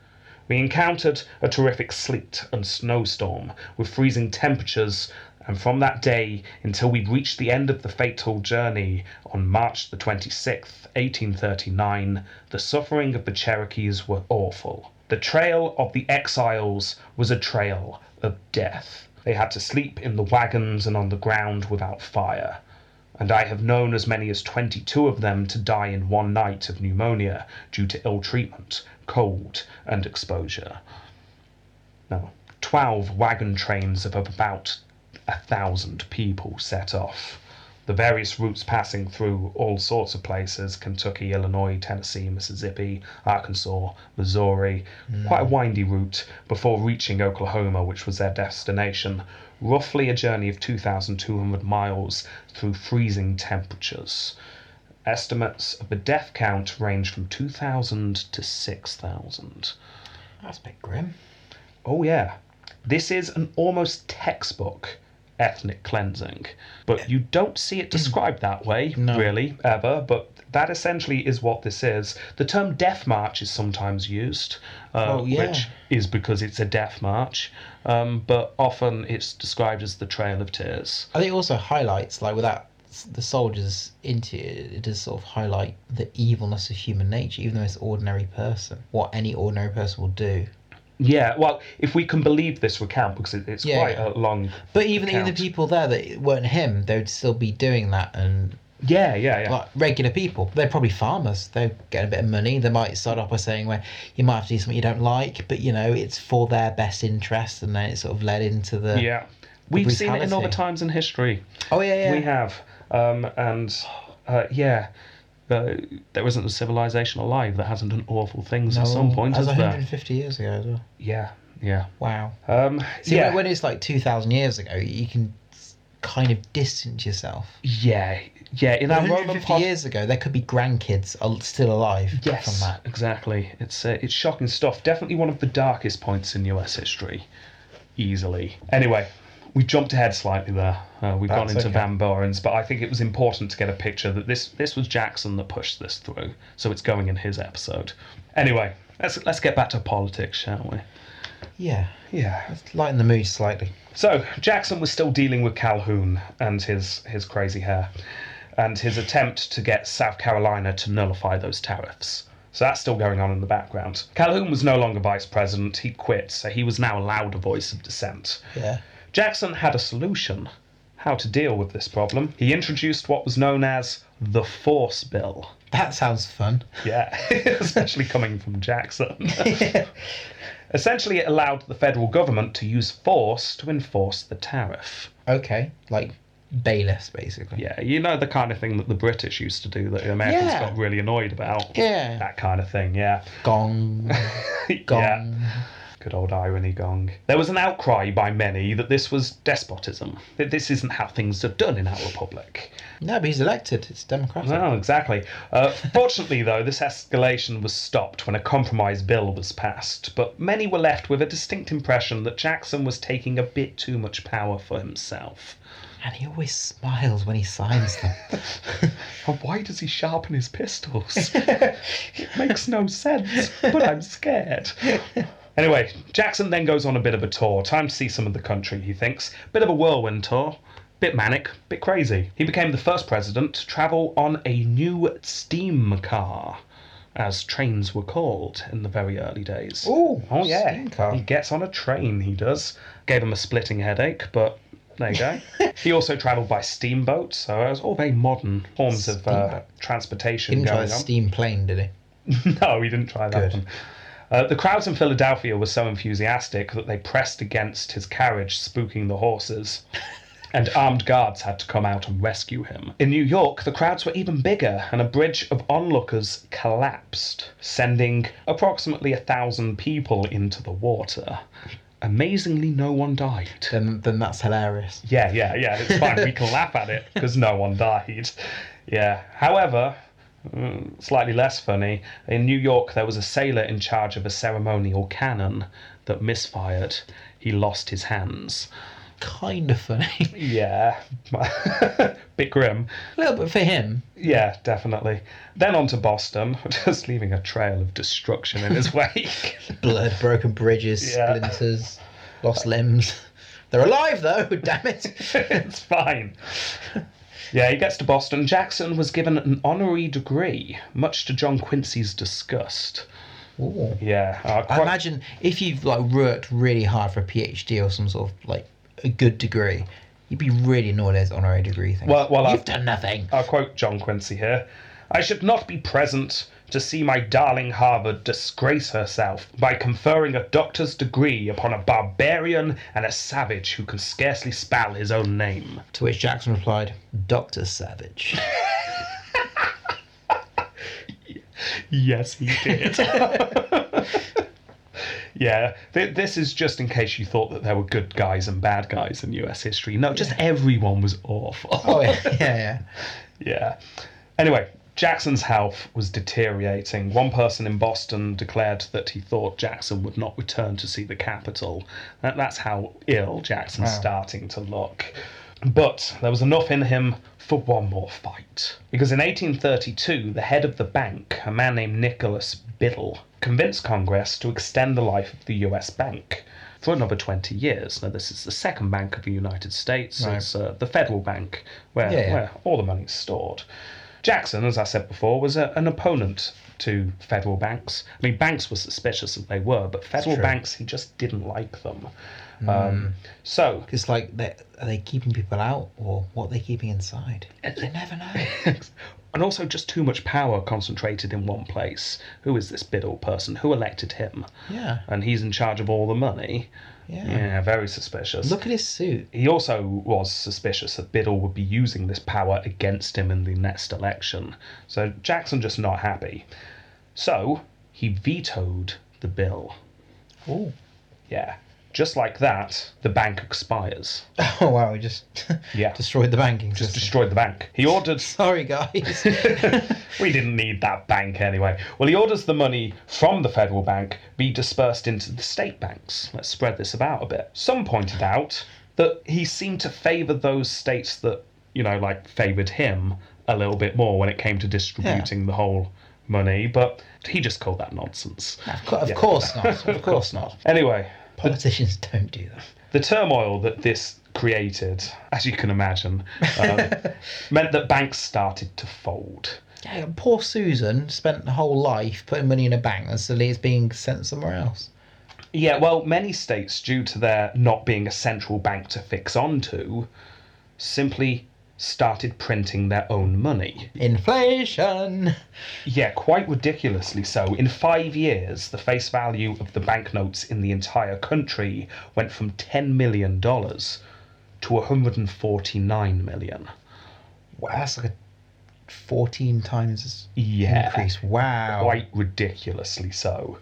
We encountered a terrific sleet and snowstorm with freezing temperatures, and from that day until we reached the end of the fatal journey on March the 26th, 1839, the suffering of the Cherokees were awful. The trail of the exiles was a trail of death. They had to sleep in the wagons and on the ground without fire and I have known as many as 22 of them to die in one night of pneumonia due to ill treatment, cold, and exposure. Now, 12 wagon trains of about a thousand people set off. The various routes passing through all sorts of places Kentucky, Illinois, Tennessee, Mississippi, Arkansas, Missouri. Quite a windy route before reaching Oklahoma, which was their destination. Roughly a journey of 2,200 miles through freezing temperatures. Estimates of the death count range from 2,000 to 6,000.
That's a bit grim.
Oh, yeah. This is an almost textbook ethnic cleansing, but you don't see it described that way,
Mm. No.
really, ever. But that essentially is what this is. The term death march is sometimes used, uh,
Oh, yeah.
which is because it's a death march, um, but often it's described as the Trail of Tears.
I think it also highlights, like, without s- the soldiers into it, it does sort of highlight the evilness of human nature, even the most ordinary person. What any ordinary person will do.
Yeah, well, if we can believe this recount, because it, it's
Yeah.
quite a long.
But even even
Account.
the people there that weren't him, they would still be doing that and
Yeah, yeah, yeah.
like regular people. They're probably farmers. They're getting a bit of money. They might start off by saying, "Well, you might have to do something you don't like, but you know it's for their best interest," and then it sort of led into the
yeah. We've seen it in other
brutality.
times in history.
oh yeah yeah
We have, um, and uh, yeah, uh, there isn't a civilization alive that hasn't done awful things at some point,
That was
is there?
150 years ago. As well.
Yeah, yeah,
Wow.
um,
See,
yeah,
when- when it's like 2,000 years ago, you can s- kind of distance yourself.
yeah, yeah. In our Roman
150
pod-
years ago, there could be grandkids al- still alive
yes,
from that.
exactly. It's uh, it's shocking stuff. Definitely one of the darkest points in U.S. history, easily. Anyway. We jumped ahead slightly there. Uh, we've gone
That's
into
okay.
Van Buren's, but I think it was important to get a picture that this this was Jackson that pushed this through, so it's going in his episode. Anyway, let's let's get back to politics, shall we?
Yeah.
Yeah.
Lighten the mood slightly.
So Jackson was still dealing with Calhoun and his his crazy hair, and his attempt to get South Carolina to nullify those tariffs. So that's still going on in the background. Calhoun was no longer vice president. He quit, so he was now allowed a voice of dissent.
Yeah.
Jackson had a solution how to deal with this problem. He introduced what was known as the Force Bill.
That sounds fun.
Yeah, especially coming from Jackson. Essentially, it allowed the federal government to use force to enforce the tariff.
Okay. Like bailiffs, basically.
Yeah, you know the kind of thing that the British used to do that the Americans
Yeah.
got really annoyed about.
Yeah.
That kind of thing, yeah.
Gong. Gong.
Yeah. Good old irony gong. There was an outcry by many that this was despotism, that this isn't how things are done in our republic.
No, but he's elected. It's democratic.
Well, exactly. Uh, fortunately, though, this escalation was stopped when a compromise bill was passed, but many were left with a distinct impression that Jackson was taking a bit too much power for himself.
And he always smiles when he signs them.
And why does he sharpen his pistols? it makes no sense, but I'm scared. Anyway, Jackson then goes on a bit of a tour. Time to see some of the country, he thinks. Bit of a whirlwind tour. Bit manic, bit crazy. He became the first president to travel on a new steam car, as trains were called in the very early days.
Ooh,
oh yeah.
steam car.
He gets on a train, he does. Gave him a splitting headache, but there you go. he also travelled by steamboat, so it was all very modern forms of uh,
Steamboat.
transportation
Didn't try
going
the
on.
steam plane, did he?
No, we didn't try that
Good.
one. Uh, the crowds in Philadelphia were so enthusiastic that they pressed against his carriage, spooking the horses. And armed guards had to come out and rescue him. In New York, the crowds were even bigger, and a bridge of onlookers collapsed, sending approximately a thousand people into the water. Amazingly, no one died.
Then, then that's hilarious.
Yeah, yeah, yeah. It's fine. we can laugh at it because no one died. Yeah. However, mm, slightly less funny, in New York there was a sailor in charge of a ceremonial cannon that misfired. He lost his hands.
Kind of funny.
Yeah. Bit grim.
a little bit for him.
Yeah, definitely. Then on to Boston, just leaving a trail of destruction in his wake.
Blood, broken bridges,
Yeah.
splinters, lost limbs. They're alive though, damn it.
it's fine. Yeah, he gets to Boston. Jackson was given an honorary degree, much to John Quincy's disgust.
Ooh.
Yeah, uh,
I
quite-
imagine if you've like worked really hard for a PhD or some sort of like a good degree, you'd be really annoyed at his honorary degree thing.
Well- well,
you've
I've- Uh,
done nothing.
I'll quote John Quincy here. I should not be present to see my darling Harvard disgrace herself by conferring a doctor's degree upon a barbarian and a savage who can scarcely spell his own name.
to which Jackson replied, "Doctor Savage."
Yes, he did. yeah, th- this is just in case you thought that there were good guys and bad guys in US history. No, just everyone was awful.
oh yeah, yeah, yeah.
Yeah. Anyway, Jackson's health was deteriorating. One person in Boston declared that he thought Jackson would not return to see the Capitol. That, that's how ill Jackson's
Wow.
starting to look. But there was enough in him for one more fight. Because in 1832, the head of the bank, a man named Nicholas Biddle, convinced Congress to extend the life of the US bank for another 20 years. Now, this is the second bank of the United States.
Right.
It's uh, the federal bank, where,
Yeah, yeah.
where all the money's stored. Jackson, as I said before, was a, an opponent to federal banks. I mean, banks were suspicious that they were, but federal
true. Hmm.
banks, he just didn't like them. Um, so,
It's like they are they keeping people out or what are they keeping inside? You never know.
and also just too much power concentrated in one place. Who is this Biddle person? Who elected him?
Yeah,
And he's in charge of all the money.
yeah.
Yeah, very suspicious.
Look at his suit.
he also was suspicious that Biddle would be using this power against him in the next election. So Jackson just not happy. So he vetoed the bill.
Ooh.
Yeah. Just like that, the bank expires.
Oh wow, we just
Yeah.
destroyed the banking
Just
system.
destroyed the bank. He ordered
Sorry guys.
we didn't need that bank anyway. Well, he orders the money from the federal bank be dispersed into the state banks. Let's spread this about a bit. Some pointed out that he seemed to favour those states that, you know, like favoured him a little bit more when it came to distributing the whole money, but he just called that nonsense.
of cou- of course not. Of course not.
Anyway,
Politicians don't do that.
the turmoil that this created, as you can imagine, um, meant that banks started to fold.
Yeah, poor Susan spent her whole life putting money in a bank and suddenly it's being sent somewhere else.
Yeah, well, many states, due to there not being a central bank to fix onto, simply started printing their own money.
Inflation.
Yeah, quite ridiculously so. In five years, the face value of the banknotes in the entire country went from $10 million to $149 million.
Wow, that's like a 14 times as
Yeah.
increase. Wow.
quite ridiculously so.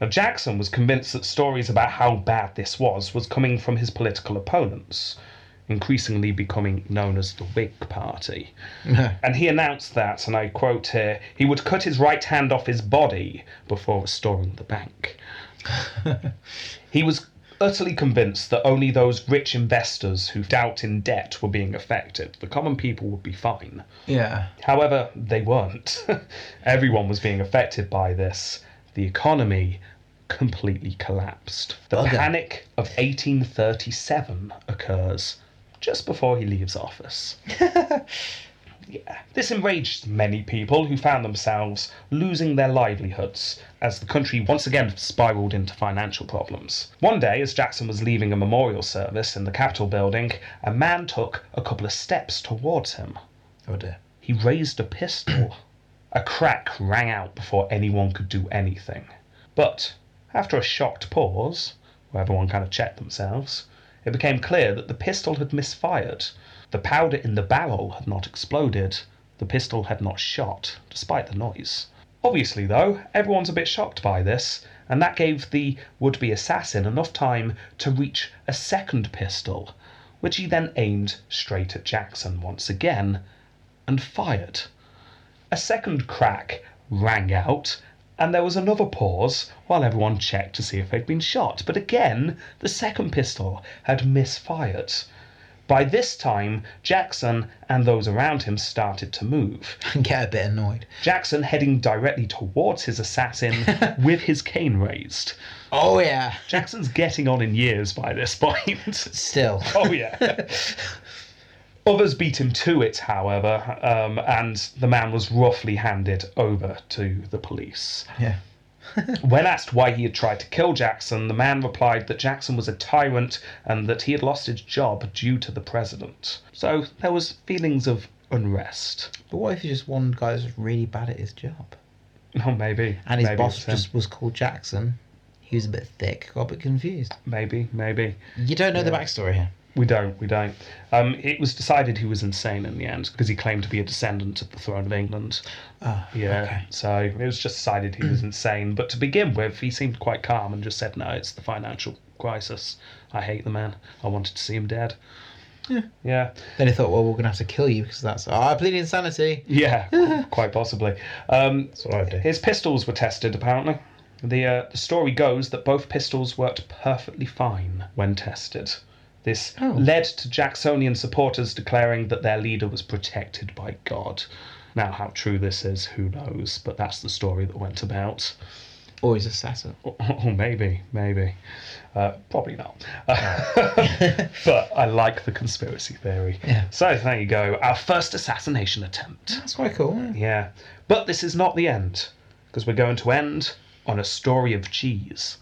Now, Jackson was convinced that stories about how bad this was was coming from his political opponents, increasingly becoming known as the Whig Party. And he announced that, and I quote here, he would cut his right hand off his body before restoring the bank. he was utterly convinced that only those rich investors who doubt in debt were being affected. The common people would be fine.
yeah.
However, they weren't. Everyone was being affected by this. The economy completely collapsed. The
Bugger.
Panic of 1837 occurs just before he leaves office. yeah. This enraged many people who found themselves losing their livelihoods as the country once again spiraled into financial problems. One day, as Jackson was leaving a memorial service in the Capitol building, a man took a couple of steps towards him.
Oh dear.
He raised a pistol. a crack rang out before anyone could do anything. But after a shocked pause, where everyone kind of checked themselves, it became clear that the pistol had misfired. The powder in the barrel had not exploded. The pistol had not shot, despite the noise. Obviously, though, everyone's a bit shocked by this, and that gave the would be assassin enough time to reach a second pistol, which he then aimed straight at Jackson once again and fired. A second crack rang out, and there was another pause while everyone checked to see if they'd been shot. But again, the second pistol had misfired. By this time, Jackson and those around him started to move.
I get a bit annoyed.
Jackson heading directly towards his assassin with his cane raised.
Oh yeah.
Jackson's getting on in years by this point.
Still.
Oh yeah. Others beat him to it, however, um, and the man was roughly handed over to the police.
Yeah.
When asked why he had tried to kill Jackson, the man replied that Jackson was a tyrant and that he had lost his job due to the president. So there was feelings of unrest.
But what if it's just one guy that's really bad at his job?
Oh, maybe.
And his
maybe
boss
it's uh, him.
just was called Jackson. He was a bit thick, got a bit confused.
Maybe, maybe.
You don't know the backstory here.
We don't, we don't. Um, it was decided he was insane in the end because he claimed to be a descendant of the throne of England.
Oh,
Yeah.
okay.
So it was just decided he was insane. But to begin with, he seemed quite calm and just said, no, it's the financial crisis. I hate the man. I wanted to see him dead. Yeah.
Then he thought, well, we're going to have to kill you because that's. Oh, I plead insanity.
Yeah. qu- quite possibly. Um,
That's what I do.
his pistols were tested, apparently. The, uh, the story goes that both pistols worked perfectly fine when tested. This
Oh.
led to Jacksonian supporters declaring that their leader was protected by God. Now, how true this is, who knows? But that's the story that went about.
Or his assassin.
Oh, maybe, maybe. Uh, probably not. but I like the conspiracy theory.
Yeah.
So there you go. Our first assassination attempt.
That's quite cool. yeah.
Yeah. But this is not the end, because we're going to end on a story of cheese.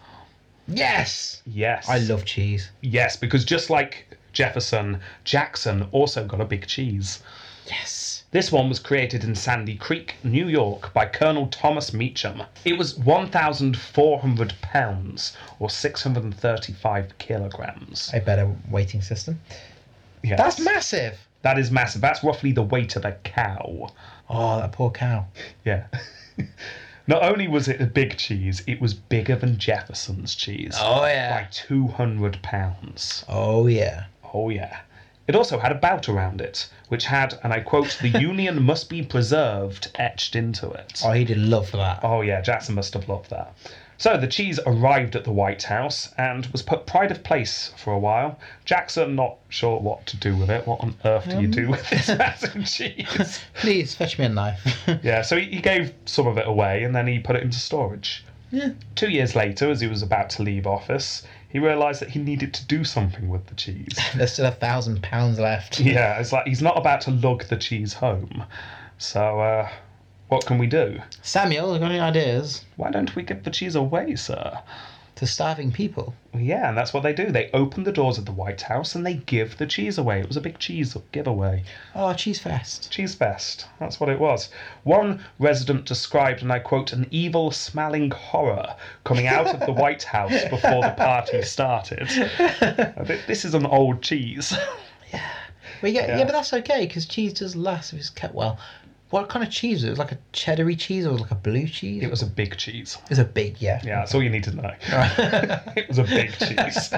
Yes!
Yes.
I love cheese.
Yes, because just like Jefferson, Jackson also got a big cheese.
Yes.
This one was created in Sandy Creek, New York, by Colonel Thomas Meacham. It was 1,400 pounds or 635 kilograms.
A better waiting system.
Yes.
That's massive.
That is massive. That's roughly the weight of a cow.
Oh, that poor cow.
Yeah. Not only was it a big cheese, it was bigger than Jefferson's cheese
Oh, yeah.
by 200 pounds.
Oh, yeah.
Oh, yeah. It also had a bout around it, which had, and I quote, the union must be preserved etched into it.
Oh, he did love for that.
Oh, yeah, Jackson must have loved that. So the cheese arrived at the White House and was put pride of place for a while. Jackson, not sure what to do with it. What on earth do you
Um.
do with this massive cheese?
Please fetch me a knife.
Yeah, so he he gave some of it away and then he put it into storage.
yeah.
Two years later, as he was about to leave office, he realised that he needed to do something with the cheese.
There's still a thousand pounds left.
Yeah, it's like he's not about to lug the cheese home. So, uh, what can we do?
Samuel, got any ideas?
Why don't we give the cheese away, sir?
To starving people.
Yeah, and that's what they do. They open the doors of the White House and they give the cheese away. It was a big cheese giveaway.
Oh, cheese fest.
Cheese fest. That's what it was. One resident described, and I quote, an evil smelling horror coming out of the White House before the party started. Uh, thi- This is an old cheese.
Well, yeah, yeah.
Yeah.
but that's okay because cheese does last if it's kept well. What kind of cheese was it? It was like a cheddary cheese or it was like a blue cheese?
It was a big cheese.
It was a big, yeah.
Yeah, that's all you need to know. it was a big cheese.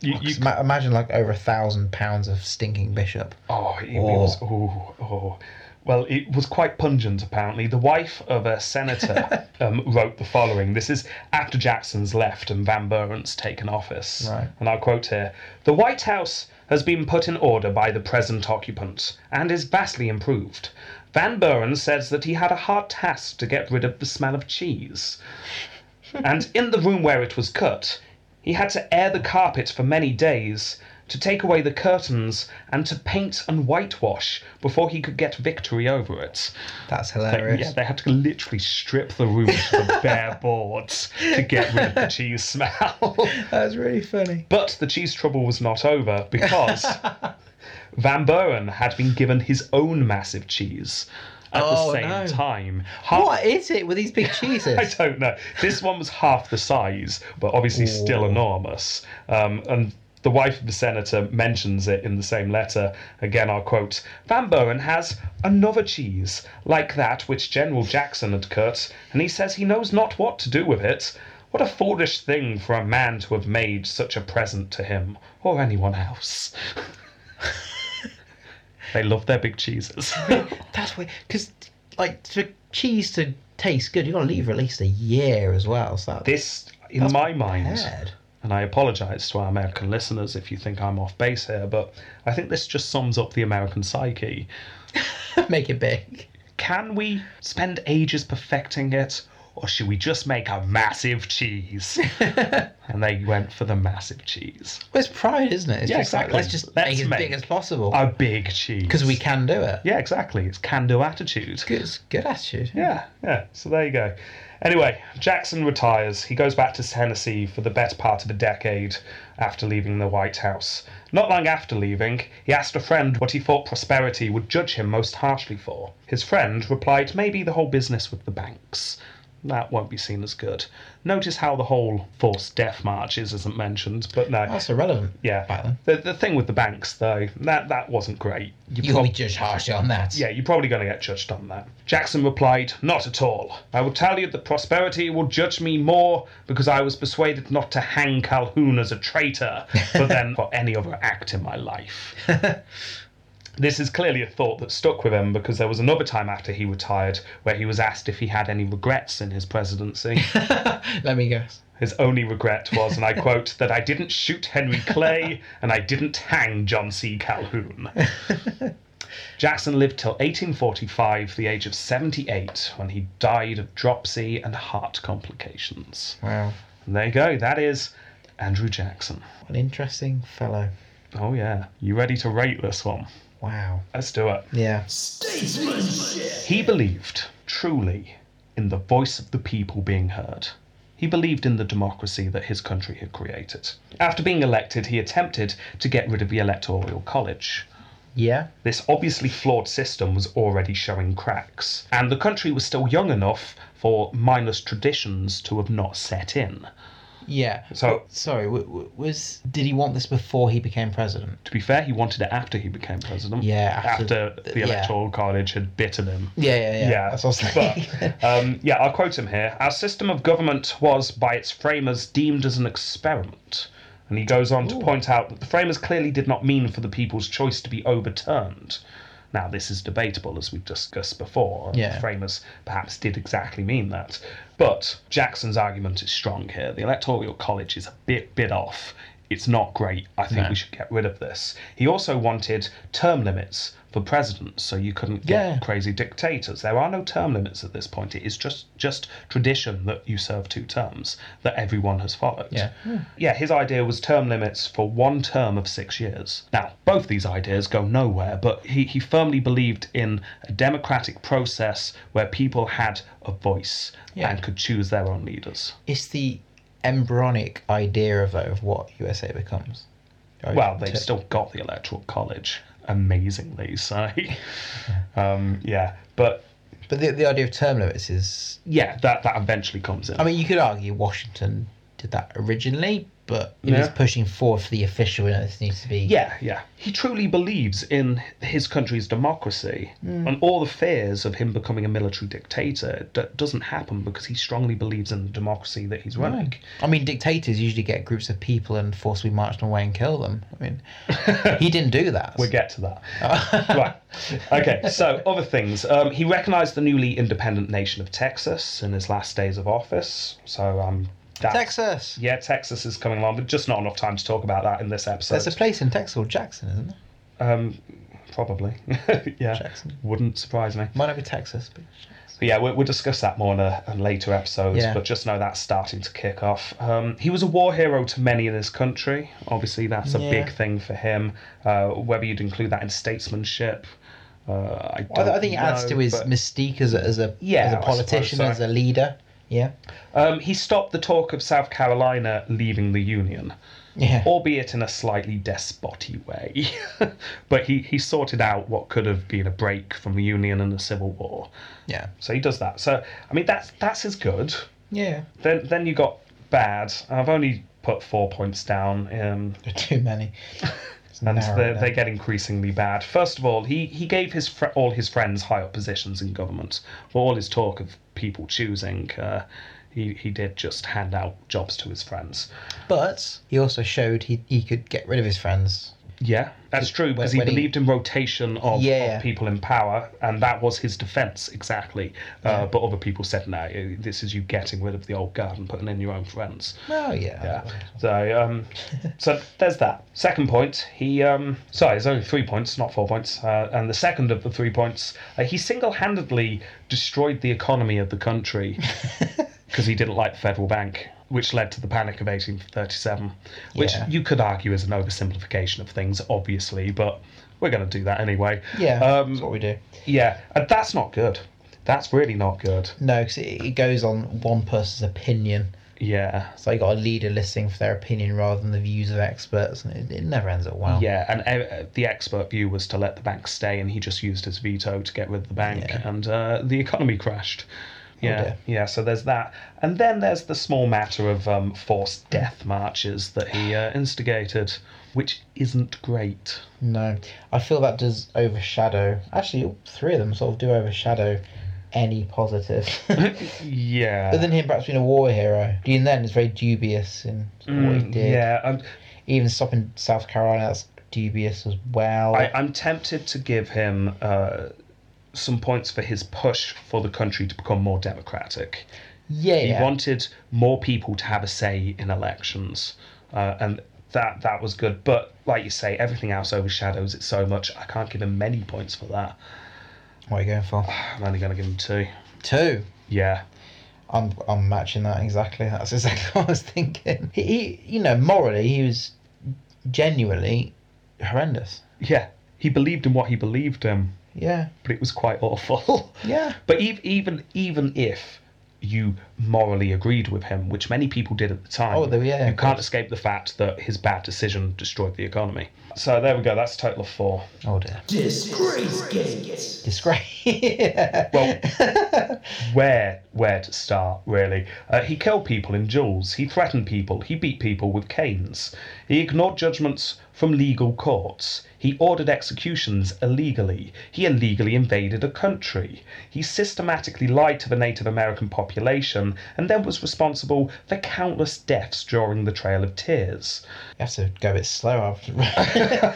You, you,
Just ma- imagine like over a thousand pounds of stinking bishop.
oh, it, it
Oh.
was. Oh, oh. Well, it was quite pungent, apparently. The wife of a senator um, wrote the following. This is after Jackson's left and Van Buren's taken office.
Right.
And I'll quote here The White House has been put in order by the present occupant and is vastly improved. Van Buren says that he had a hard task to get rid of the smell of cheese. and in the room where it was cut, he had to air the carpet for many days, to take away the curtains, and to paint and whitewash before he could get victory over it.
That's
They,
hilarious.
yeah, they had to literally strip the room to the bare boards to get rid of the cheese smell.
That's really funny.
But the cheese trouble was not over because Van Buren had been given his own massive cheese at
Oh,
the same
no.
time. Half-
What is it with these big
I
cheeses?
don't know. This one was half the size, but obviously still
Ooh.
enormous. Um, and the wife of the senator mentions it in the same letter. Again, I'll quote Van Bowen has another cheese, like that which General Jackson had cut, and he says he knows not what to do with it. What a foolish thing for a man to have made such a present to him or anyone else. they love their big cheeses.
That's weird. Because, like, for cheese to taste good, you've got to leave for at least a year as well. So that,
this, in
That's
my mind,
prepared.
and I apologize to our American listeners if you think I'm off base here, but I think this just sums up the American psyche.
Make it big.
Can we spend ages perfecting it, or should we just make a massive cheese? and they went for the massive cheese,
Well, it's pride, isn't it? It's
Yeah,
just like,
exactly.
Let's just
Let's
make it as
make-
big as possible
a big cheese.
because we can do it.
Yeah, exactly. It's can-do attitude.
Good, it's good attitude.
Yeah, yeah. So there you go. Anyway, Jackson retires. He goes back to Tennessee for the better part of a decade after leaving the White House. Not long after leaving, he asked a friend what he thought prosperity would judge him most harshly for. His friend replied, maybe the whole business with the banks. That won't be seen as good. Notice how the whole forced death march is isn't mentioned, but no.
That's irrelevant. back
yeah.
then.
The, the thing with the banks, though, that, that wasn't great. You
You'll
prob-
be judged harshly on that.
yeah, you're probably going to get judged on that. Jackson replied, Not at all. I will tell you that prosperity will judge me more because I was persuaded not to hang Calhoun as a traitor, but then for any other act in my life. this is clearly a thought that stuck with him because there was another time after he retired where he was asked if he had any regrets in his presidency.
Let me guess.
His only regret was, and I quote, that I didn't shoot Henry Clay and I didn't hang John C. Calhoun. Jackson lived till 1845, the age of 78, when he died of dropsy and heart complications.
Wow.
And there you go, that is Andrew Jackson.
What an interesting fellow.
Oh, yeah. You ready to rate this one?
Wow.
Let's do it.
Yeah.
Statesmanship.
He believed truly in the voice of the people being heard. He believed in the democracy that his country had created. After being elected, he attempted to get rid of the Electoral College.
Yeah.
This obviously flawed system was already showing cracks, and the country was still young enough for mindless traditions to have not set in.
Yeah.
So,
Sorry, w- w- was did he want this before he became president?
to be fair, he wanted it after he became president.
Yeah,
after,
after-
the
yeah.
Electoral College had bitten him.
Yeah, yeah, yeah.
Yeah,
That's what I was saying.
But, um, yeah, I'll quote him here. Our system of government was, by its framers, deemed as an experiment. And he goes on to point out that the framers clearly did not mean for the people's choice to be overturned. Now, this is debatable, as we've discussed before. and
Yeah.
The framers perhaps did exactly mean that. But Jackson's argument is strong here. The Electoral College is a bit, bit off. It's not great. I think
No.
we should get rid of this. He also wanted term limits for presidents, so you couldn't get
Yeah.
crazy dictators. There are no term limits at this point. It is just just tradition that you serve two terms that everyone has followed.
Yeah.
Yeah, his idea was term limits for one term of six years. Now, both these ideas go nowhere, but he, he firmly believed in a democratic process where people had a voice
Yeah.
and could choose their own leaders.
it's the embryonic idea of of what USA becomes.
Well, they've
To-
still got the Electoral College, amazingly, so um, yeah. But
But the, the idea of term limits is
yeah, that, that eventually comes in.
I mean, you could argue Washington did that originally, but it was
Yeah.
pushing forward for the official, and this needs to be.
Yeah, yeah. He truly believes in his country's democracy,
Mm.
and all the fears of him becoming a military dictator d- doesn't happen because he strongly believes in the democracy that
Mm.
he's running.
I mean, dictators usually get groups of people and forcibly march them away and kill them. I mean, he didn't do that.
We'll get to that. right. Okay, so other things. Um, he recognized the newly independent nation of Texas in his last days of office. So, um, that's,
Texas.
Yeah, Texas is coming along, but just not enough time to talk about that in this episode.
There's a place in Texas called Jackson, isn't there?
um, Probably. yeah.
Jackson.
Wouldn't surprise me.
Might not be Texas, but
But yeah, we'll, we'll discuss that more in a, a later episodes,
Yeah.
but just know that's starting to kick off. Um, he was a war hero to many in his country. Obviously, that's a
Yeah.
big thing for him. Uh, whether you'd include that in statesmanship, uh, I,
I,
don't
I think it
know,
adds to his
but-
mystique as a as a,
Yeah,
as a
I
politician,
suppose so.
as a leader. Yeah,
Um, he stopped the talk of South Carolina leaving the Union,
yeah.
albeit in a slightly despoty way. but he, he sorted out what could have been a break from the Union and the Civil War.
Yeah.
So he does that. So I mean that's that's as good.
Yeah.
Then then you got bad. I've only put four points down. Um,
There are too many. It's
and
narrow
they,
now.
they get increasingly bad. First of all, he, he gave his fr- all his friends higher positions in government. For all his talk of people choosing, uh, he, he did just hand out jobs to his friends.
But he also showed he, he could get rid of his friends.
Yeah, that's true because he
when he-
believed in rotation of, of
Yeah.
people in power, and that was his defense exactly. Uh, But other people said, "No, eh, this is you getting rid of the old guard and putting in your own friends."
Oh yeah.
Yeah. So, um, so there's that. Second point, he um, sorry, there's only three points, not four points. Uh, and the second of the three points, uh, he single-handedly destroyed the economy of the country because he didn't like the federal bank, which led to the panic of 1837, which
Yeah.
you could argue is an oversimplification of things, obviously, but we're going to do that anyway.
Yeah. that's
Um,
what we do.
yeah, and that's not good. That's really not good.
No, because it, it goes on one person's opinion.
Yeah.
So you got a leader listening for their opinion rather than the views of experts, and it, it never ends up well.
Yeah, and uh, the expert view was to let the bank stay, and he just used his veto to get rid of the bank,
Yeah. Oh,
and uh, the economy crashed. Yeah,
dear.
yeah. So there's that, and then there's the small matter of um, forced death marches that he uh, instigated, which isn't great.
No, I feel that does overshadow. Actually, all three of them sort of do overshadow any positive. Other
Yeah.
than him perhaps being a war hero, even then it's very dubious in what he
Mm,
did.
yeah, I'm,
Even stopping South Carolina, that's dubious as well.
I, I'm tempted to give him uh, some points for his push for the country to become more democratic.
yeah,
He
yeah.
wanted more people to have a say in elections, uh, and that that was good. But like you say, everything else overshadows it so much. I can't give him many points for that.
what are you going for?
I'm only going to give him two.
Two.
Yeah,
I'm I'm matching that exactly. That's exactly what I was thinking. He, he you know, morally he was genuinely horrendous.
yeah. He believed in what he believed in,
Yeah.
but it was quite awful.
Yeah.
but ev- even even if you morally agreed with him, which many people did at the time,
Oh, they- yeah,
you
of
can't
course.
escape the fact that his bad decision destroyed the economy. So there we go. That's a total of four.
Oh dear.
Disgrace Gates.
Disgrace. yeah.
Well, where where to start really? Uh, he killed people in duels. He threatened people. He beat people with canes. He ignored judgments from legal courts. He ordered executions illegally. He illegally invaded a country. He systematically lied to the Native American population and then was responsible for countless deaths during the Trail of Tears.
You have to go a bit slower. after-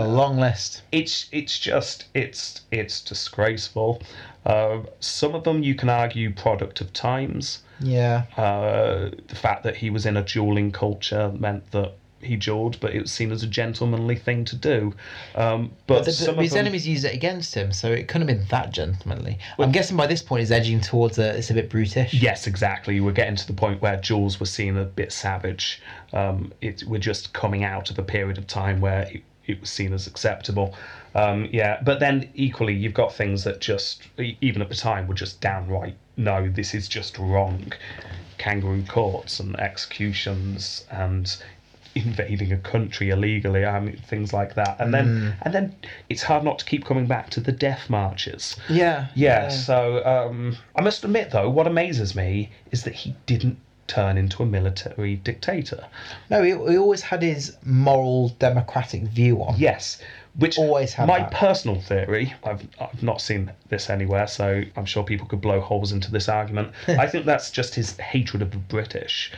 a long list.
it's it's just it's it's disgraceful. Uh, some of them you can argue product of times.
Yeah.
uh, the fact that he was in a dueling culture meant that he dueled, but it was seen as a gentlemanly thing to do. Um, but
But the,
some of
his
them-
enemies used it against him, so it couldn't have been that gentlemanly. I'm guessing by this point he's edging towards a, it's a bit brutish.
Yes, exactly. We're getting to the point where duels were seen a bit savage. Um, it, we're just coming out of a period of time where it, it was seen as acceptable. Um, yeah, but then equally, you've got things that just, e- even at the time, were just downright no, this is just wrong. Kangaroo courts and executions and invading a country illegally. I mean, things like that. And then, and then it's hard not to keep coming back to the death marches.
Yeah.
Yeah, so um, I must admit, though, what amazes me is that he didn't turn into a military dictator.
No, he, he always had his moral democratic view on.
Yes, which
Always had
my
that.
personal theory. I've I've not seen this anywhere, so I'm sure people could blow holes into this argument. I think that's just his hatred of the British.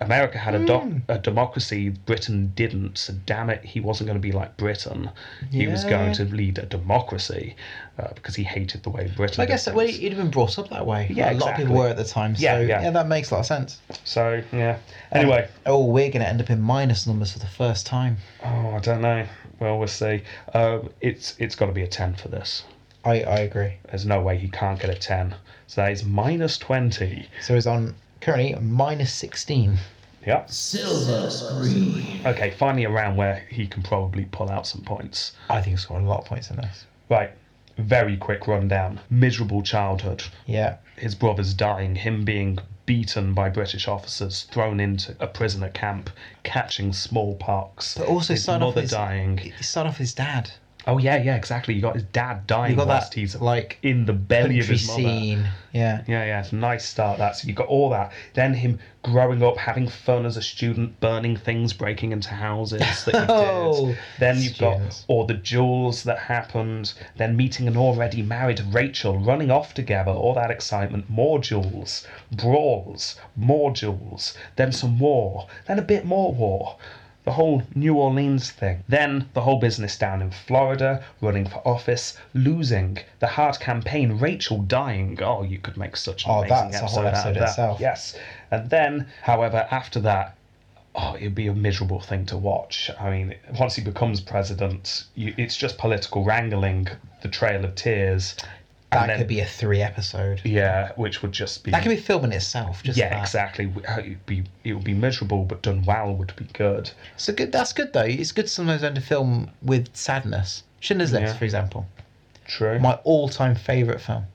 America had a,
Hmm.
doc- a democracy, Britain didn't, so damn it, he wasn't going to be like Britain. He was
Yeah.
going to lead a democracy uh, because he hated the way Britain.
I
did
guess that way
things.
he'd been brought up that way.
Yeah,
a lot of
exactly.
people were at the time. So
Yeah,
yeah,
yeah.
that makes a lot of sense.
So, yeah. Anyway.
Oh, we're gonna end up in minus numbers for the first time.
Oh, I don't know. Well, we'll see. Um, it's it's got to be a ten for this.
I, I agree.
There's no way he can't get a ten. So that is minus twenty.
So it's on currently minus sixteen.
Yep.
Silver screen.
Okay. Finally, a round where he can probably pull out some points.
I think it's got a lot of points in this.
Right. Very quick rundown. Miserable childhood.
Yeah.
His brothers dying. Him being beaten by British officers. Thrown into a prisoner camp. Catching smallpox.
But also
his
start off
mother
his-
dying.
You start off his dad.
Oh yeah, yeah, exactly. You got his dad dying
You got
whilst
that
he's
like
in the belly of
country
his mother.
scene. Yeah.
Yeah, yeah, it's a nice start. That's you got all that. Then him growing up, having fun as a student, burning things, breaking into houses that you
Oh,
did. Then you've
students.
got all the duels that happened. Then meeting an already married Rachel, running off together. All that excitement, more duels, brawls, more duels. Then some war. Then a bit more war. The whole New Orleans thing. Then the whole business down in Florida, running for office, losing, the hard campaign, Rachel dying. Oh, you could make such an
Oh,
amazing
that's a
episode,
whole
out of
episode
that.
itself.
Yes. And then, however, after that, oh, it'd be a miserable thing to watch. I mean, once he becomes president, you, it's just political wrangling, the Trail of Tears. and
That
then-
could be a three episode.
Yeah, which would just be.
That could be film in itself. Just
yeah,
that.
exactly. uh, It'd be, it would be miserable, but done well would be good.
So good. That's good though. It's good sometimes to end a film with sadness. Schindler's List,
Yeah.
for example,
True.
my all-time favorite film.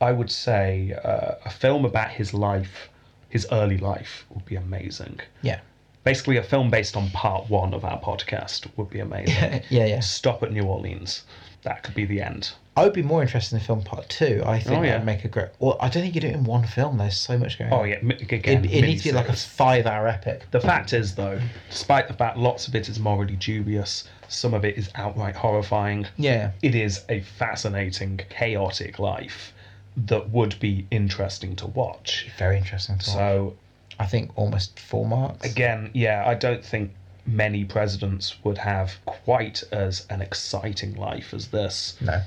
I would say uh, a film about his life, his early life, would be amazing.
Yeah.
Basically, a film based on part one of our podcast would be amazing.
yeah. Yeah.
Stop at New Orleans. That could be the end.
I would be more interested in the film part two. I think
Oh, yeah.
that'd make a great. Well, I don't think you do it in one film. There's so much going.
Oh
on.
yeah, m- again,
It, it needs to be like a
miniseries.
five-hour epic.
The fact is, though, despite the fact lots of it is morally dubious, some of it is outright horrifying.
Yeah.
It is a fascinating, chaotic life that would be interesting to watch.
Very interesting. To watch.
So
I think almost four marks.
again, yeah, I don't think many presidents would have quite as an exciting life as this.
No.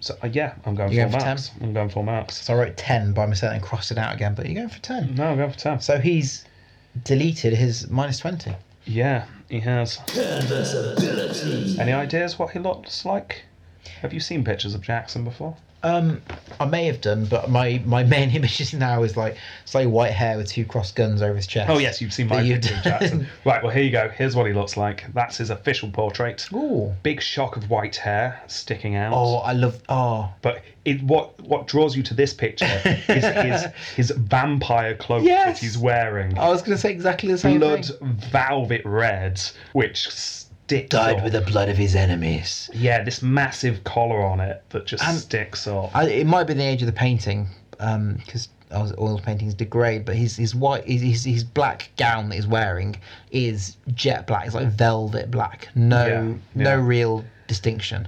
So uh, yeah, I'm going
You
for
going for
marks. I'm going for marks.
So I wrote ten by mistake and crossed it out again. But you're going for ten.
No, I'm going for ten.
So he's deleted his minus twenty.
Yeah, he has.
Conversibility.
Any ideas what he looks like? Have you seen pictures of Jackson before?
Um, I may have done, but my my main images now is like slightly white hair with two crossed guns over his chest.
Oh yes, you've seen
that
my
you've
picture of
done.
Jackson. Right, well here you go. Here's what he looks like. That's his official portrait.
Ooh.
Big shock of white hair sticking out.
Oh, I love. Oh,
But it, what what draws you to this picture is his his vampire cloak
Yes. Oh,
that he's wearing.
I was gonna say exactly the same
blood
thing.
velvet red, which sticks up.
blood of his enemies.
yeah, this massive collar on it that just
And-
sticks up.
I, it might be the age of the painting, um, because oil paintings degrade. But his his white his, his his black gown that he's wearing is jet black. It's like velvet black. No
Yeah, yeah.
no real distinction.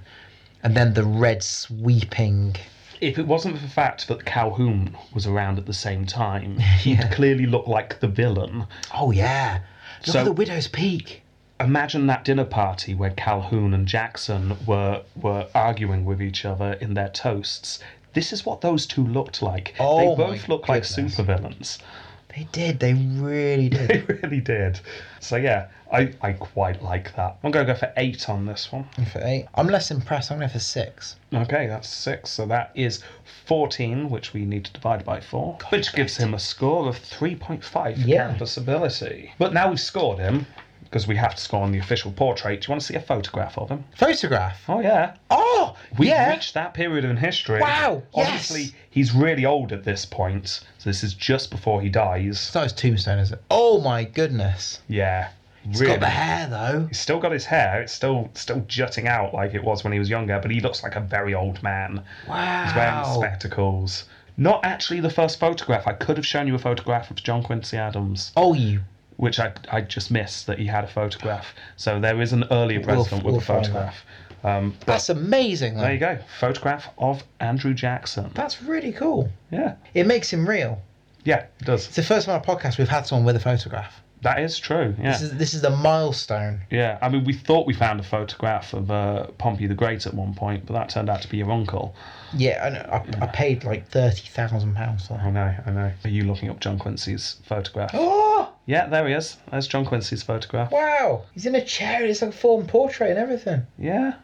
And then the red sweeping.
if it wasn't for the fact that Calhoun was around at the same time, he'd
Yeah.
clearly look like the villain.
Oh yeah. Look
So-
at the widow's peak.
Imagine that dinner party where Calhoun and Jackson were were arguing with each other in their toasts. This is what those two looked like.
Oh,
they
my
both look like
goodness.
supervillains.
They did. They really did.
They really did. So yeah, I, I quite like that. I'm gonna go for eight on this one.
I'm for eight. I'm less impressed. I'm going for six.
Okay, that's six. So that is 14, which we need to divide by four, which gives him a score of 3.5 for
Yeah.
canvasability. But now we've scored him, because we have to score on the official portrait. Do you want to see a photograph of him?
Photograph.
Oh, yeah.
Oh,
We've
yeah.
reached that period in history.
Wow, yes.
Obviously, he's really old at this point. So this is just before he dies.
it's not his tombstone, is it? Oh my goodness.
Yeah.
It's
really.
got the hair though.
He's still got his hair. It's still still jutting out like it was when he was younger, but he looks like a very old man.
Wow.
He's wearing spectacles. Not actually the first photograph. I could have shown you a photograph of John Quincy Adams,
Oh, you.
which I, I just missed that he had a photograph. So there is an earlier
We'll-
president
we'll
with a
find
photograph. Um, but
That's amazing. Though.
there you go. Photograph of Andrew Jackson.
That's really cool.
Yeah.
It makes him real.
Yeah, it does.
It's the first time on our podcast we've had someone with a photograph.
That is true. Yeah.
This is this is a milestone.
Yeah, I mean, we thought we found a photograph of uh, Pompey the Great at one point, but that turned out to be your uncle.
Yeah, I, know, I, I paid like thirty thousand pounds for
I
that.
know, I know. Are you looking up John Quincy's photograph?
Oh
Yeah, there he is. There's John Quincy's photograph.
wow! He's in a chair. It's like a form portrait and everything.
Yeah.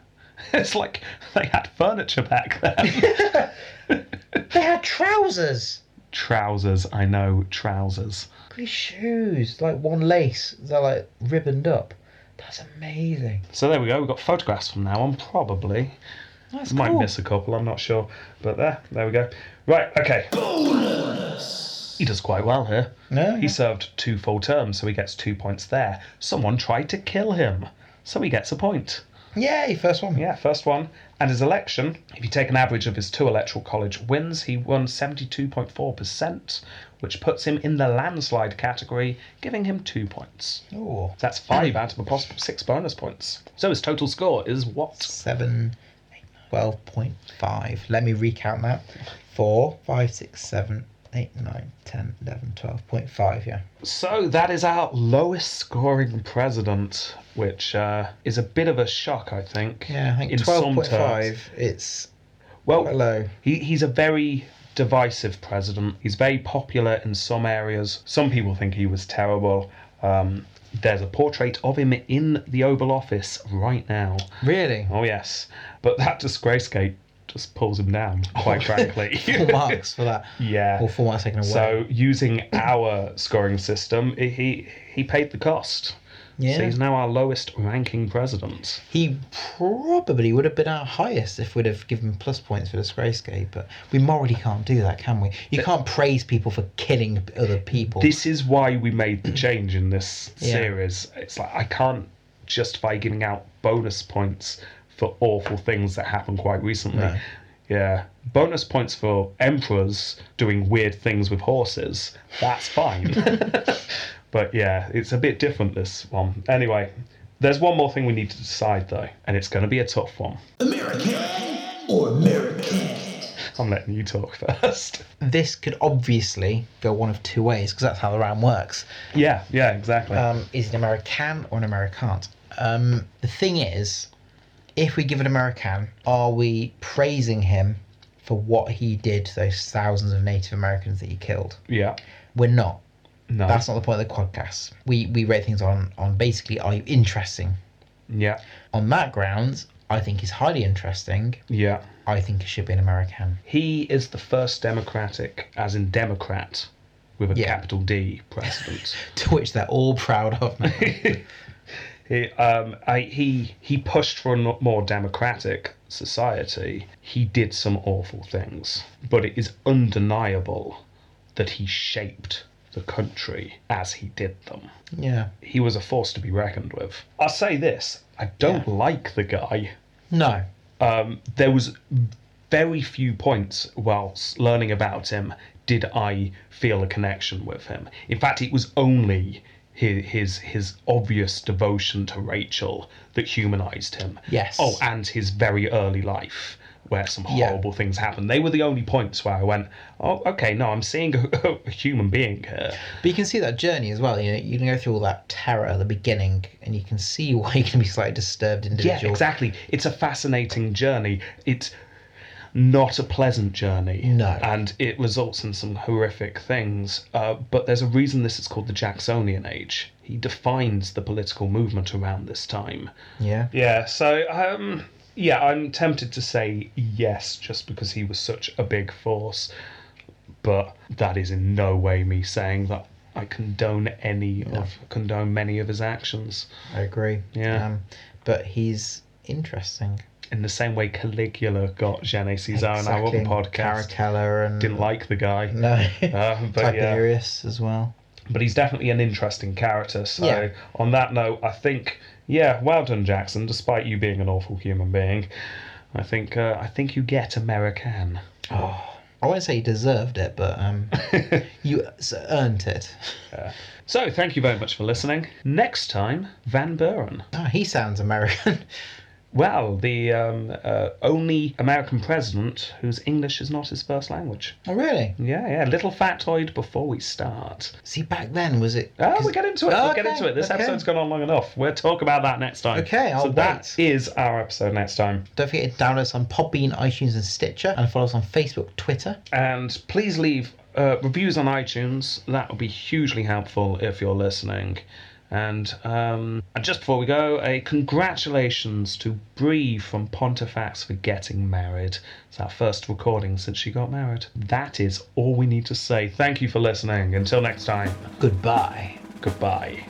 It's like they had furniture back then.
They had trousers.
trousers, I know, trousers.
These shoes, like one lace, they're like ribboned up. That's amazing.
So there we go. We've got photographs from now on, probably.
That's
Might
cool.
miss a couple, I'm not sure. But there, there we go. Right, okay. He does quite well here.
No,
He served two full terms, so he gets two points there. Someone tried to kill him, so he gets a point.
yay! First one.
Yeah, first one. And his election, if you take an average of his two electoral college wins, he won 72.4%, which puts him in the landslide category, giving him two points.
Oh,
That's five out of a possible six bonus points. So his total score is what?
seven, eight, twelve point five. Let me recount that. Four, five, six, seven, eight, nine, ten, eleven, twelve point five. Yeah.
So that is our lowest scoring president, which uh, is a bit of a shock, I think.
Yeah, I
in
think
some
twelve point
terms.
five. It's quite
Well,
low.
He, he's a very divisive president. He's very popular in some areas. Some people think he was terrible. Um, there's a portrait of him in the Oval Office right now.
Really?
Oh, yes. But that disgracegate just pulls him down, quite frankly.
Full marks for that.
yeah.
Or full marks taken away.
So, using our scoring system, he- he, he paid the cost. So,
yeah.
he's now our lowest ranking president.
He probably would have been our highest if we'd have given plus points for Disgracegate, but we morally can't do that, can we? You can't praise people for killing other people.
this is why we made the change in this
Yeah.
series. It's like I can't justify giving out bonus points for awful things that happened quite recently.
No.
Yeah, bonus points for emperors doing weird things with horses. That's fine. but yeah, it's a bit different this one. Anyway, there's one more thing we need to decide though, and it's going to be a tough one.
American or American?
I'm letting you talk first.
this could obviously go one of two ways, because that's how the round works.
yeah, yeah, exactly.
Um, is it an American or an Americant? Um, the thing is, if we give an American, are we praising him for what he did to those thousands of Native Americans that he killed?
yeah.
We're not.
No.
That's not the point of the podcast. We we rate things on on basically are you interesting.
yeah.
On that grounds, I think he's highly interesting.
Yeah.
I think he should be an American.
He is the first Democratic, as in Democrat, with a
Yeah.
capital D president.
To which they're all proud of now.
he, um, I, he he pushed for a no- more democratic society. He did some awful things, but it is undeniable that he shaped the country as he did them.
yeah.
He was a force to be reckoned with. I'll say this: I don't like the guy.
No.
um, there was very few points whilst learning about him did I feel a connection with him. In fact, it was only his his, his obvious devotion to Rachel that humanized him.
Yes.
Oh, and his very early life where some
Yeah.
horrible things happened. They were the only points where I went, "Oh, okay, no, I'm seeing a, a human being here."
But you can see that journey as well. You know, you can go through all that terror at the beginning, and you can see why you can be slightly disturbed individual.
Yeah, exactly. It's a fascinating journey. It's not a pleasant journey.
No.
And it results in some horrific things. Uh, but there's a reason this is called the Jacksonian Age. He defines the political movement around this time.
Yeah.
Yeah, so um yeah, I'm tempted to say yes just because he was such a big force, but that is in no way me saying that I condone any of condone many of his actions.
I agree.
Yeah.
Um, but he's interesting.
in the same way Caligula got Gene Caesar on our
Exactly.
other podcast.
Caracalla and
Didn't like the guy.
no.
Uh, but yeah,
Tiberius as well.
but he's definitely an interesting character. So
Yeah.
on that note, I think yeah, well done, Jackson. Despite you being an awful human being, I think uh, I think you get American.
I won't say he deserved it, but um, you s- earned it.
So thank you very much for listening. Next time, Van Buren.
Ah, he sounds Oh, American.
Well, the um, uh, only American president whose English is not his first language.
Oh, really?
Yeah, yeah. Little factoid before we start.
See, back then, was it.
Oh,
'cause-
we'll get into it. we'll get
Okay,
into it. This
okay.
episode's gone on long enough. We'll talk about that next time.
Okay, I'll
so that
wait.
is our episode next time.
Don't forget to download us on Podbean, iTunes, and Stitcher, and follow us on Facebook, Twitter.
And please leave uh, reviews on iTunes. That would be hugely helpful if you're listening. And, um, and just before we go, a congratulations to Bree from Pontifex for getting married. It's our first recording since she got married. That is all we need to say. Thank you for listening. Until next time,
Goodbye.
goodbye.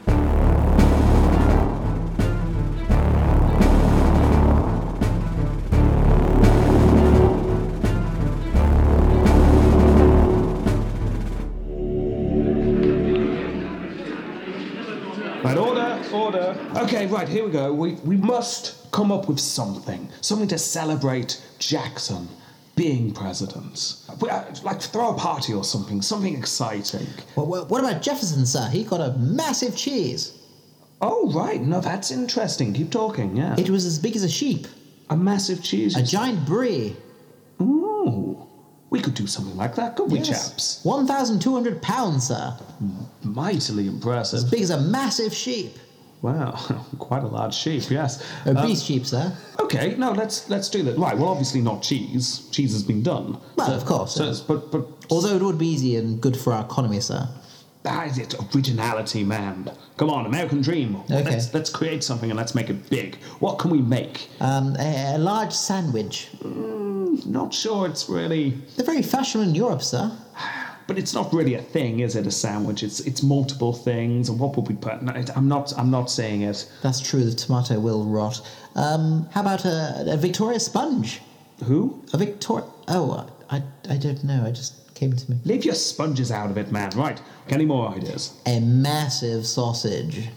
Right, order, order. Okay, right, here we go. We, we must come up with something. Something to celebrate Jackson being president. We, uh, like, throw a party or something. Something exciting.
What, what, what about Jefferson, sir? He got a massive cheese.
Oh, right. No, that's interesting. Keep talking, yeah.
It was as big as a sheep,
a massive cheese.
a giant brie.
Ooh. We could do something like that, could we, chaps?
1,200 pounds, sir.
Mightily impressive.
As big as a massive sheep.
Wow, quite a large sheep, yes.
A
Um,
beast sheep, sir.
Okay, no, let's let's do that. Right, well, obviously not cheese. Cheese has been done.
Well, of course,
So,
yeah.
it's- but but
Although it would be easy and good for our economy, sir.
that is it. Originality, man. Come on, American dream.
Okay.
Let's let's create something and let's make it big. What can we make?
Um, a, a large sandwich.
Not sure it's really,
They're very fashionable in Europe, sir.
but it's not really a thing, is it? A sandwich. It's it's multiple things. And what would we put? No, it, I'm not I'm not saying it.
That's true, the tomato will rot. Um, how about a, a Victoria sponge?
Who?
A Victoria. Oh, I, I don't know. I just came to me.
Leave your sponges out of it, man. Right. Any more ideas?
A massive sausage.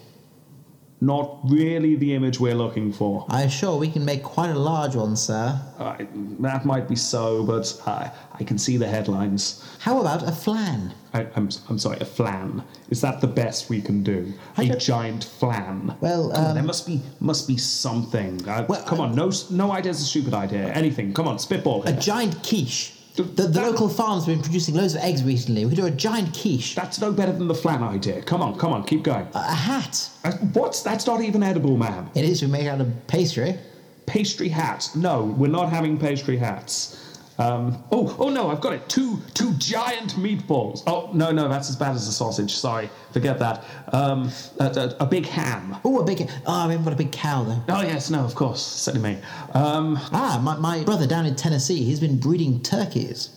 Not really the image we're looking for.
I assure we can make quite a large one, sir.
Uh, that might be so, but I, I can see the headlines.
How about a flan?
I, I'm, I'm sorry, a flan. Is that the best we can do? A
don't-
giant flan.
Well,
Come on,
um,
there must be must be something. Uh,
Well,
come
I-
on, no s- no idea's a stupid idea. Anything. Come on, spitball
A
here.
giant quiche. The,
Th-
the
that-
local farm's been producing loads of eggs recently. We could do a giant quiche.
That's no better than the flan idea. Come on, come on, keep going.
a, a hat.
Uh, what? That's not even edible, man.
It is we make out of pastry.
Pastry hats. No, we're not having pastry hats. Um, oh, oh no, I've got it. Two two giant meatballs. Oh no, no, that's as bad as the sausage. Sorry, forget that. Um, a, a, a big ham.
Oh, a big. Oh, we haven't got a big cow though.
Oh yes, no, of course, certainly me. Um,
Ah, my, my brother down in Tennessee, he's been breeding turkeys,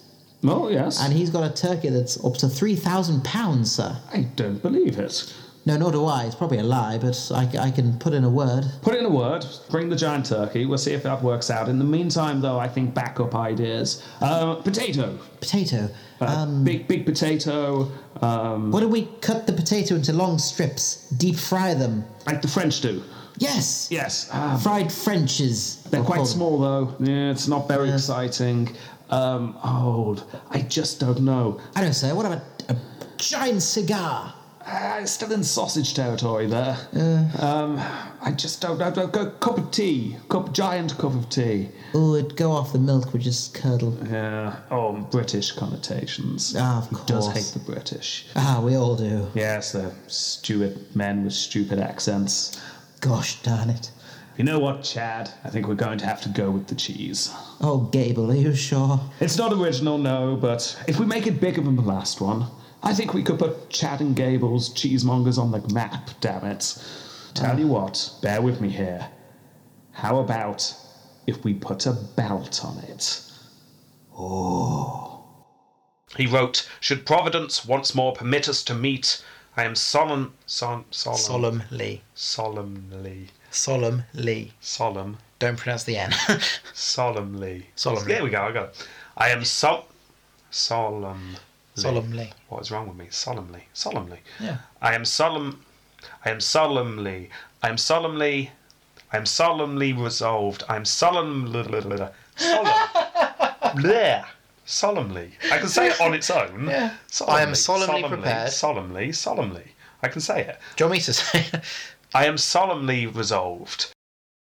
oh yes.
and he's got a turkey that's up to three thousand pounds, sir.
I don't believe it.
No, nor do I. It's probably a lie, but I, I can put in a word.
Put in a word, bring the giant turkey, we'll see if that works out. In the meantime, though, I think backup ideas. Uh, potato.
Potato.
Uh,
Um,
big, big potato, um,
What do we cut the potato into long strips, deep fry them?
like the French do.
Yes.
Yes. ah,
Fried Frenches.
they're
we're
quite
called.
small, though. Yeah, it's not very
Yeah.
exciting. Um, oh, I just don't know.
I don't say. What about a giant cigar?
Uh, still in sausage territory there. Um, I just don't know. Go, cup of tea. Cup, giant cup of tea.
Oh, it'd go off the milk, would just curdle.
Yeah. Oh, British connotations.
Ah, of
He does
course.
hate the British.
Ah, we all do.
Yes, they're stupid men with stupid accents.
Gosh darn it.
You know what, Chad? I think we're going to have to go with the cheese.
Oh, Gable, are you sure?
It's not original, no, but if we make it bigger than the last one, I think we could put Chad and Gable's cheesemongers on the map, damn it. Tell you what, bear with me here. How about if we put a belt on it? Oh.
He wrote, "Should Providence once more permit us to meet, I am solemn, sol- solemn,
Solemnly.
solemnly,
Solemnly.
solemn,
Don't pronounce the N.
solemnly,
Solemnly.
There we go. I got. It. I am so solemn.
Solemnly.
What is wrong with me? Solemnly, solemnly.
Yeah.
I am solemn. I am solemnly. I am solemnly. I am solemnly resolved. I am solemn. Solemn. Bleh. Solemnly. I can say it on its own.
Yeah. I am solemnly prepared.
Solemnly. Solemnly. I can say it.
Do you want me to say?
I am solemnly resolved.